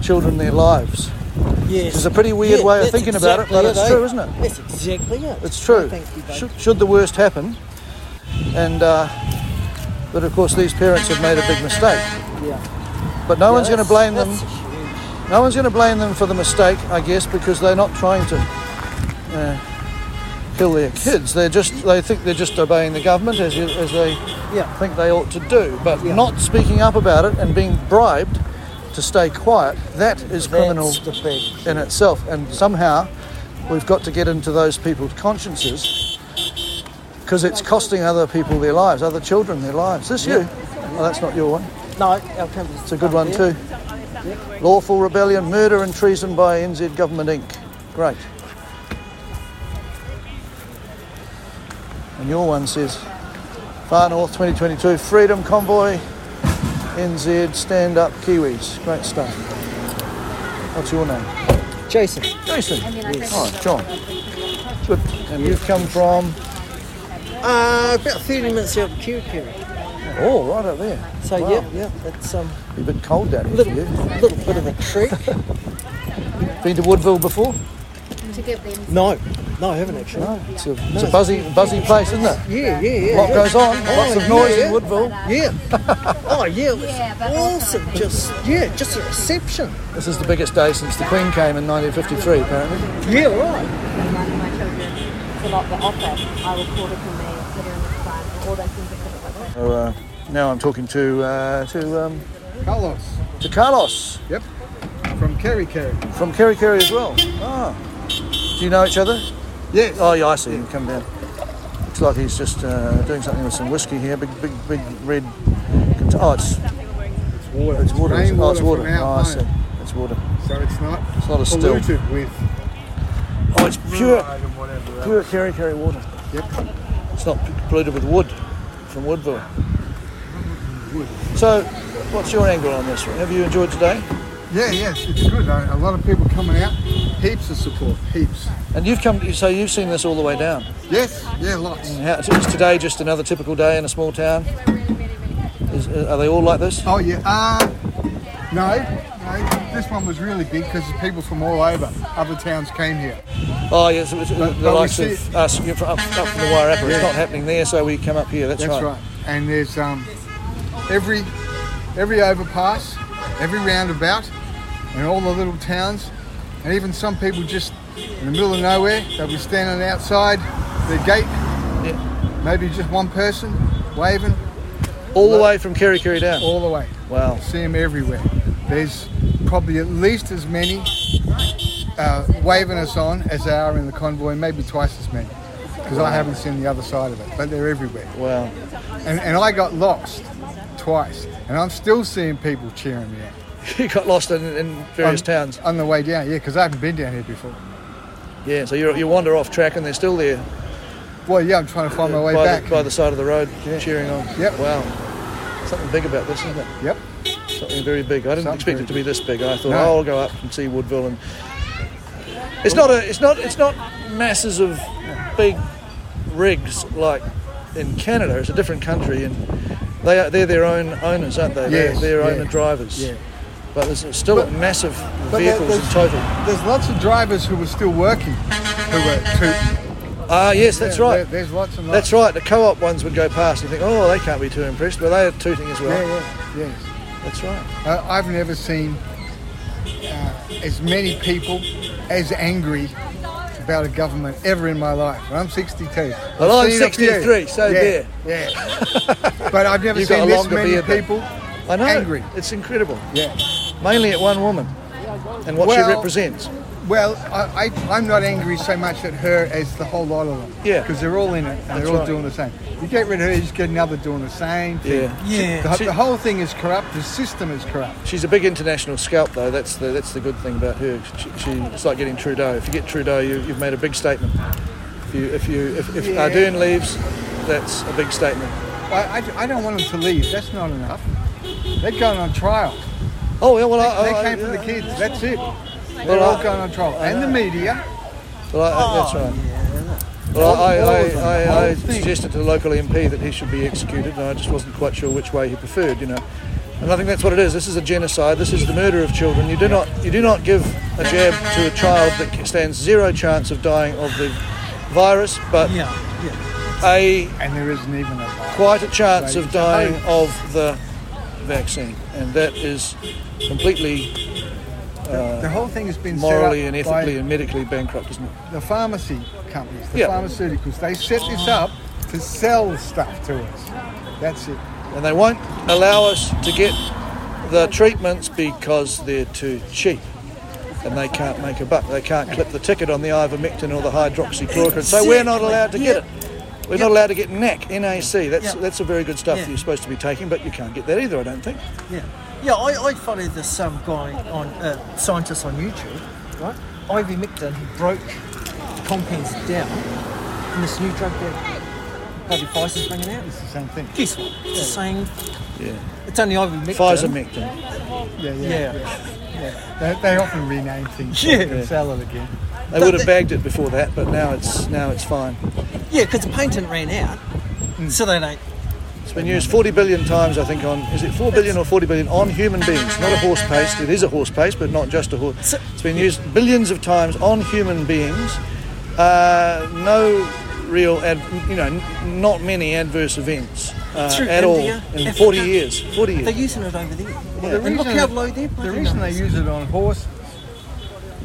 Speaker 2: children their lives.
Speaker 17: Yes.
Speaker 2: Which is a pretty weird
Speaker 17: Yeah,
Speaker 2: way of
Speaker 17: that's
Speaker 2: thinking about it,
Speaker 17: exactly
Speaker 2: but it's
Speaker 17: eh?
Speaker 2: true, isn't it?
Speaker 17: That's exactly it.
Speaker 2: It's true.
Speaker 17: Thank you, babe.
Speaker 2: Should, should the worst happen, and uh, but of course these parents have made a big mistake.
Speaker 17: yeah.
Speaker 2: But no
Speaker 17: Yeah,
Speaker 2: one's going to
Speaker 17: that's-
Speaker 2: blame them.
Speaker 17: that's
Speaker 2: No one's going to blame them for the mistake, I guess, because they're not trying to uh, kill their kids. They're just they think they're just obeying the government as, you, as they think they ought to do. But not speaking up about it and being bribed to stay quiet that is criminal
Speaker 17: the big
Speaker 2: in itself. And somehow we've got to get into those people's consciences because it's costing other people their lives, other children their lives. This you? Oh, that's not your one.
Speaker 17: No, our company's
Speaker 2: It's a good one too.
Speaker 17: Yeah.
Speaker 2: Lawful rebellion, murder and treason by NZ Government Inc. Great. And your one says, Far North 2022 Freedom Convoy, NZ Stand Up Kiwis. Great stuff. What's your name?
Speaker 17: Jason.
Speaker 2: Jason. All right, John. Good. And you've come from?
Speaker 17: Uh, about 30 minutes out of Kirikiri.
Speaker 2: Oh, right up there.
Speaker 17: So,
Speaker 2: Wow.
Speaker 17: yeah, yeah, it's um,
Speaker 2: A bit cold down
Speaker 17: a
Speaker 2: here.
Speaker 17: little,
Speaker 2: for you.
Speaker 17: little bit of a trek.
Speaker 2: Been to Woodville before?
Speaker 14: To give them
Speaker 17: No, No, I haven't actually. No,
Speaker 2: it's a, it's a buzzy, buzzy place, isn't it?
Speaker 17: Yeah, yeah, yeah.
Speaker 2: Lot goes on,
Speaker 17: Oh,
Speaker 2: lots of noise
Speaker 17: yeah.
Speaker 2: in Woodville.
Speaker 17: Yeah. oh, yeah, it was awesome. Just, yeah, just a reception.
Speaker 2: This is the biggest day since the Queen came in 1953, apparently.
Speaker 17: Yeah, right.
Speaker 14: my children fill up the office, I record it and they sit in the front and all those things that kind of like
Speaker 2: So, uh, now I'm talking to uh, to um,
Speaker 8: Carlos.
Speaker 2: to Carlos
Speaker 8: Yep. From Kerry Kerry.
Speaker 2: from Kerry Kerry as well. Ah, do you know each other?
Speaker 8: Yes.
Speaker 2: Oh, yeah, I see him come down. Looks like he's just uh, doing something with some whiskey here. Big, big, big red. cont- Oh, it's
Speaker 8: It's water.
Speaker 2: it's water. is it? Oh, it's
Speaker 8: Rainwater
Speaker 2: water.
Speaker 8: from our
Speaker 2: Oh, I see.
Speaker 8: home.
Speaker 2: It's water.
Speaker 8: So it's not
Speaker 2: It's not a still.
Speaker 8: polluted with
Speaker 2: Oh, it's pure,
Speaker 8: fluoride and whatever
Speaker 2: pure
Speaker 8: else.
Speaker 2: Kerry Kerry water.
Speaker 8: Yep.
Speaker 2: It's not p- polluted with wood from Woodville. So, what's your angle on this? Have you enjoyed today?
Speaker 8: Yeah, yes, it's good. A a lot of people coming out. Heaps of support. Heaps.
Speaker 2: And you've come, so you've seen this all the way down.
Speaker 8: Yes. Yeah, lots.
Speaker 2: And how, is today just another typical day in a small town? Is, uh, are they all like this?
Speaker 8: Oh yeah. Uh, no, no. This one was really big because people from all over other towns came here.
Speaker 2: Oh, yes, it's,
Speaker 8: But-
Speaker 2: the
Speaker 8: but we
Speaker 2: likes
Speaker 8: see
Speaker 2: of us you're from, up, up from the Wairarapa. It's
Speaker 8: Yeah.
Speaker 2: not happening there, so we come up here. That's,
Speaker 8: That's right. And there's um, every every overpass, every roundabout, and all the little towns, and even some people just in the middle of nowhere, they'll be standing outside their gate. Maybe just one person waving.
Speaker 2: All the way from Kerry Kerry down.
Speaker 8: All the way.
Speaker 2: Wow.
Speaker 8: See them everywhere. There's probably at least as many uh, waving us on as there are in the convoy, maybe twice as many. Because I haven't seen the other side of it, but they're everywhere.
Speaker 2: Wow.
Speaker 8: And, and I got lost twice, and I'm still seeing people cheering me out.
Speaker 2: <laughs> You got lost in, in various
Speaker 8: On-
Speaker 2: towns.
Speaker 8: On the way down, yeah, because I haven't been down here before.
Speaker 2: Yeah, so you're, you wander off track and they're still there.
Speaker 8: Well, yeah, I'm trying to find my way
Speaker 2: by
Speaker 8: back.
Speaker 2: The, by the side of the road, cheering on.
Speaker 8: Yep.
Speaker 2: Wow. Something big about this, isn't it?
Speaker 8: Yep.
Speaker 2: Something very big. I didn't expect
Speaker 8: Something very
Speaker 2: it to be this big. I thought,
Speaker 8: No.
Speaker 2: oh, I'll go up and see Woodville, and it's not a, it's not, it's not masses of big rigs like in Canada. It's a different country, and they are, they're their own owners, aren't they?
Speaker 8: Yes,
Speaker 2: they're their
Speaker 8: yeah.
Speaker 2: owner drivers.
Speaker 8: Yeah.
Speaker 2: But there's still
Speaker 8: But-
Speaker 2: massive
Speaker 8: But there-
Speaker 2: vehicles in
Speaker 8: there's-
Speaker 2: total.
Speaker 8: There's lots of drivers who were still working who were tooting.
Speaker 2: Ah, yes, that's
Speaker 8: Yeah,
Speaker 2: right.
Speaker 8: there- there's lots and lots.
Speaker 2: That's right. The co-op ones would go past and think, oh, they can't be too impressed, but they are tooting as well.
Speaker 8: Yeah, yeah, yes.
Speaker 2: That's right.
Speaker 8: Uh, I've never seen uh, as many people as angry about a government ever in my life. And I'm 62.
Speaker 2: Well, I'm
Speaker 8: I've seen a few.
Speaker 2: 63, so
Speaker 8: yeah,
Speaker 2: there. <laughs>
Speaker 8: Yeah. but I've never
Speaker 2: You've got
Speaker 8: seen
Speaker 2: a
Speaker 8: this
Speaker 2: longer
Speaker 8: many
Speaker 2: beard then.
Speaker 8: people
Speaker 2: I know.
Speaker 8: angry.
Speaker 2: It's incredible.
Speaker 8: Yeah.
Speaker 2: Mainly at one woman and what
Speaker 8: Well-
Speaker 2: she represents.
Speaker 8: Well, I, I, I'm not angry so much at her as the whole lot of them.
Speaker 2: Yeah.
Speaker 8: Because they're all in it and
Speaker 2: That's
Speaker 8: they're all
Speaker 2: right.
Speaker 8: doing the same. You get rid of her, you just get another doing the same thing.
Speaker 2: Yeah. Yeah.
Speaker 8: The,
Speaker 2: She-
Speaker 8: the whole thing is corrupt. The system is corrupt.
Speaker 2: She's a big international scalp, though. That's the that's the good thing about her. She, she it's like getting Trudeau. If you get Trudeau, you, you've made a big statement. If you if you if, if
Speaker 8: Yeah.
Speaker 2: Ardern leaves, that's a big statement.
Speaker 8: I, I, I don't want them to leave. That's not enough. They're going on trial.
Speaker 2: Oh yeah, well
Speaker 11: Uh,
Speaker 2: I,
Speaker 8: they,
Speaker 2: I-
Speaker 8: they came
Speaker 2: I-
Speaker 8: for the kids. That's it. They're
Speaker 2: Well,
Speaker 8: all
Speaker 2: I-
Speaker 8: going on trial,
Speaker 2: I
Speaker 8: and the
Speaker 2: know.
Speaker 8: media.
Speaker 2: Well, I, I- that's right. Well, I,
Speaker 8: Oh, All- all of them,
Speaker 2: I,
Speaker 8: the
Speaker 2: I, I,
Speaker 8: whole
Speaker 2: I
Speaker 8: thing.
Speaker 2: suggested to the local MP that he should be executed, and I just wasn't quite sure which way he preferred, you know. And I think that's what it is. This is a genocide. This is the murder of children. You do not, you do not give a jab to a child that stands zero chance of dying of the virus, but a
Speaker 8: And there isn't even a
Speaker 2: quite a chance
Speaker 8: Right.
Speaker 2: of dying of the vaccine, and that is completely uh,
Speaker 8: The whole thing has been set
Speaker 2: morally
Speaker 8: up
Speaker 2: and
Speaker 8: by-
Speaker 2: ethically and medically bankrupt, isn't it?
Speaker 8: the pharmacy companies, the
Speaker 2: Yeah.
Speaker 8: pharmaceuticals. They set this up to sell stuff to us. That's it.
Speaker 2: and they won't allow us to get the treatments because they're too cheap and they can't make a buck. They can't clip the ticket on the ivermectin or the hydroxychloroquine, so we're not allowed to get it. We're not allowed to get NAC, NAC. That's
Speaker 11: Yeah.
Speaker 2: that's a very good stuff
Speaker 11: Yeah.
Speaker 2: that you're supposed to be taking, but you can't get that either, I don't think.
Speaker 11: Yeah, yeah. I, I follow this um, guy on uh, scientist on YouTube, right? Ivermectin. He broke compounds down in this new drug that bloody Pfizer's bringing out. It's
Speaker 8: the same thing.
Speaker 11: Guess what? It's the same.
Speaker 2: Yeah.
Speaker 11: It's only ivermectin.
Speaker 2: Pfizermectin.
Speaker 8: Yeah, yeah,
Speaker 11: Yeah.
Speaker 8: yeah. They, they often rename things so
Speaker 11: Yeah.
Speaker 8: they can sell it again.
Speaker 2: They would have bagged it before that, but now it's now it's fine.
Speaker 11: Yeah, because the patent ran out,
Speaker 8: Hmm.
Speaker 11: so they don't.
Speaker 2: It's been used 40 billion times, I think, on is it 4 billion or 40 billion on human beings, not a
Speaker 11: <laughs>
Speaker 2: horse paste. It is a horse paste, but not just a horse. It's been used billions of times on human beings Uh, no real, ad, you know, n- not many adverse events uh,
Speaker 11: Through
Speaker 2: at
Speaker 11: India,
Speaker 2: all in
Speaker 11: Africa.
Speaker 2: 40 years. 40 years.
Speaker 11: They're using it over there.
Speaker 8: Well, the
Speaker 11: and look
Speaker 8: reason-
Speaker 11: how low their
Speaker 8: The
Speaker 11: bloody
Speaker 8: reason they
Speaker 11: numbers
Speaker 8: use it on horse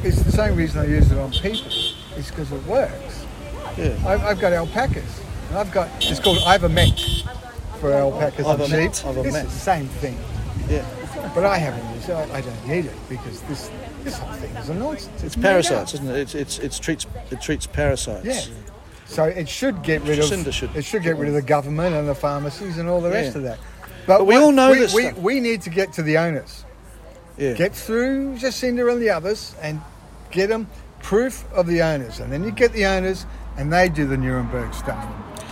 Speaker 8: is the same reason they use it on people. It's because it works.
Speaker 2: Yeah.
Speaker 8: I've, I've got alpacas. And I've got it's called ivermectin for alpacas and
Speaker 2: Ivermectin.
Speaker 8: sheep.
Speaker 2: Ivermectin.
Speaker 8: It's the same thing.
Speaker 2: Yeah.
Speaker 8: But I haven't used it. I, I don't need it because this this whole thing is a nonsense.
Speaker 2: It's parasites, isn't it? It's, it's, it's treats, it treats parasites.
Speaker 8: Yeah. So it should get rid of
Speaker 2: Cinder should-
Speaker 8: it should get rid of the government and the pharmacies and all the rest
Speaker 2: Yeah.
Speaker 8: of that.
Speaker 2: But we
Speaker 8: what-
Speaker 2: all know
Speaker 8: we,
Speaker 2: this
Speaker 8: We,
Speaker 2: stuff.
Speaker 8: we need to get to the owners.
Speaker 2: Yeah.
Speaker 8: Get through Jacinda and the others and get them proof of the owners, and then you get the owners and they do the Nuremberg stuff.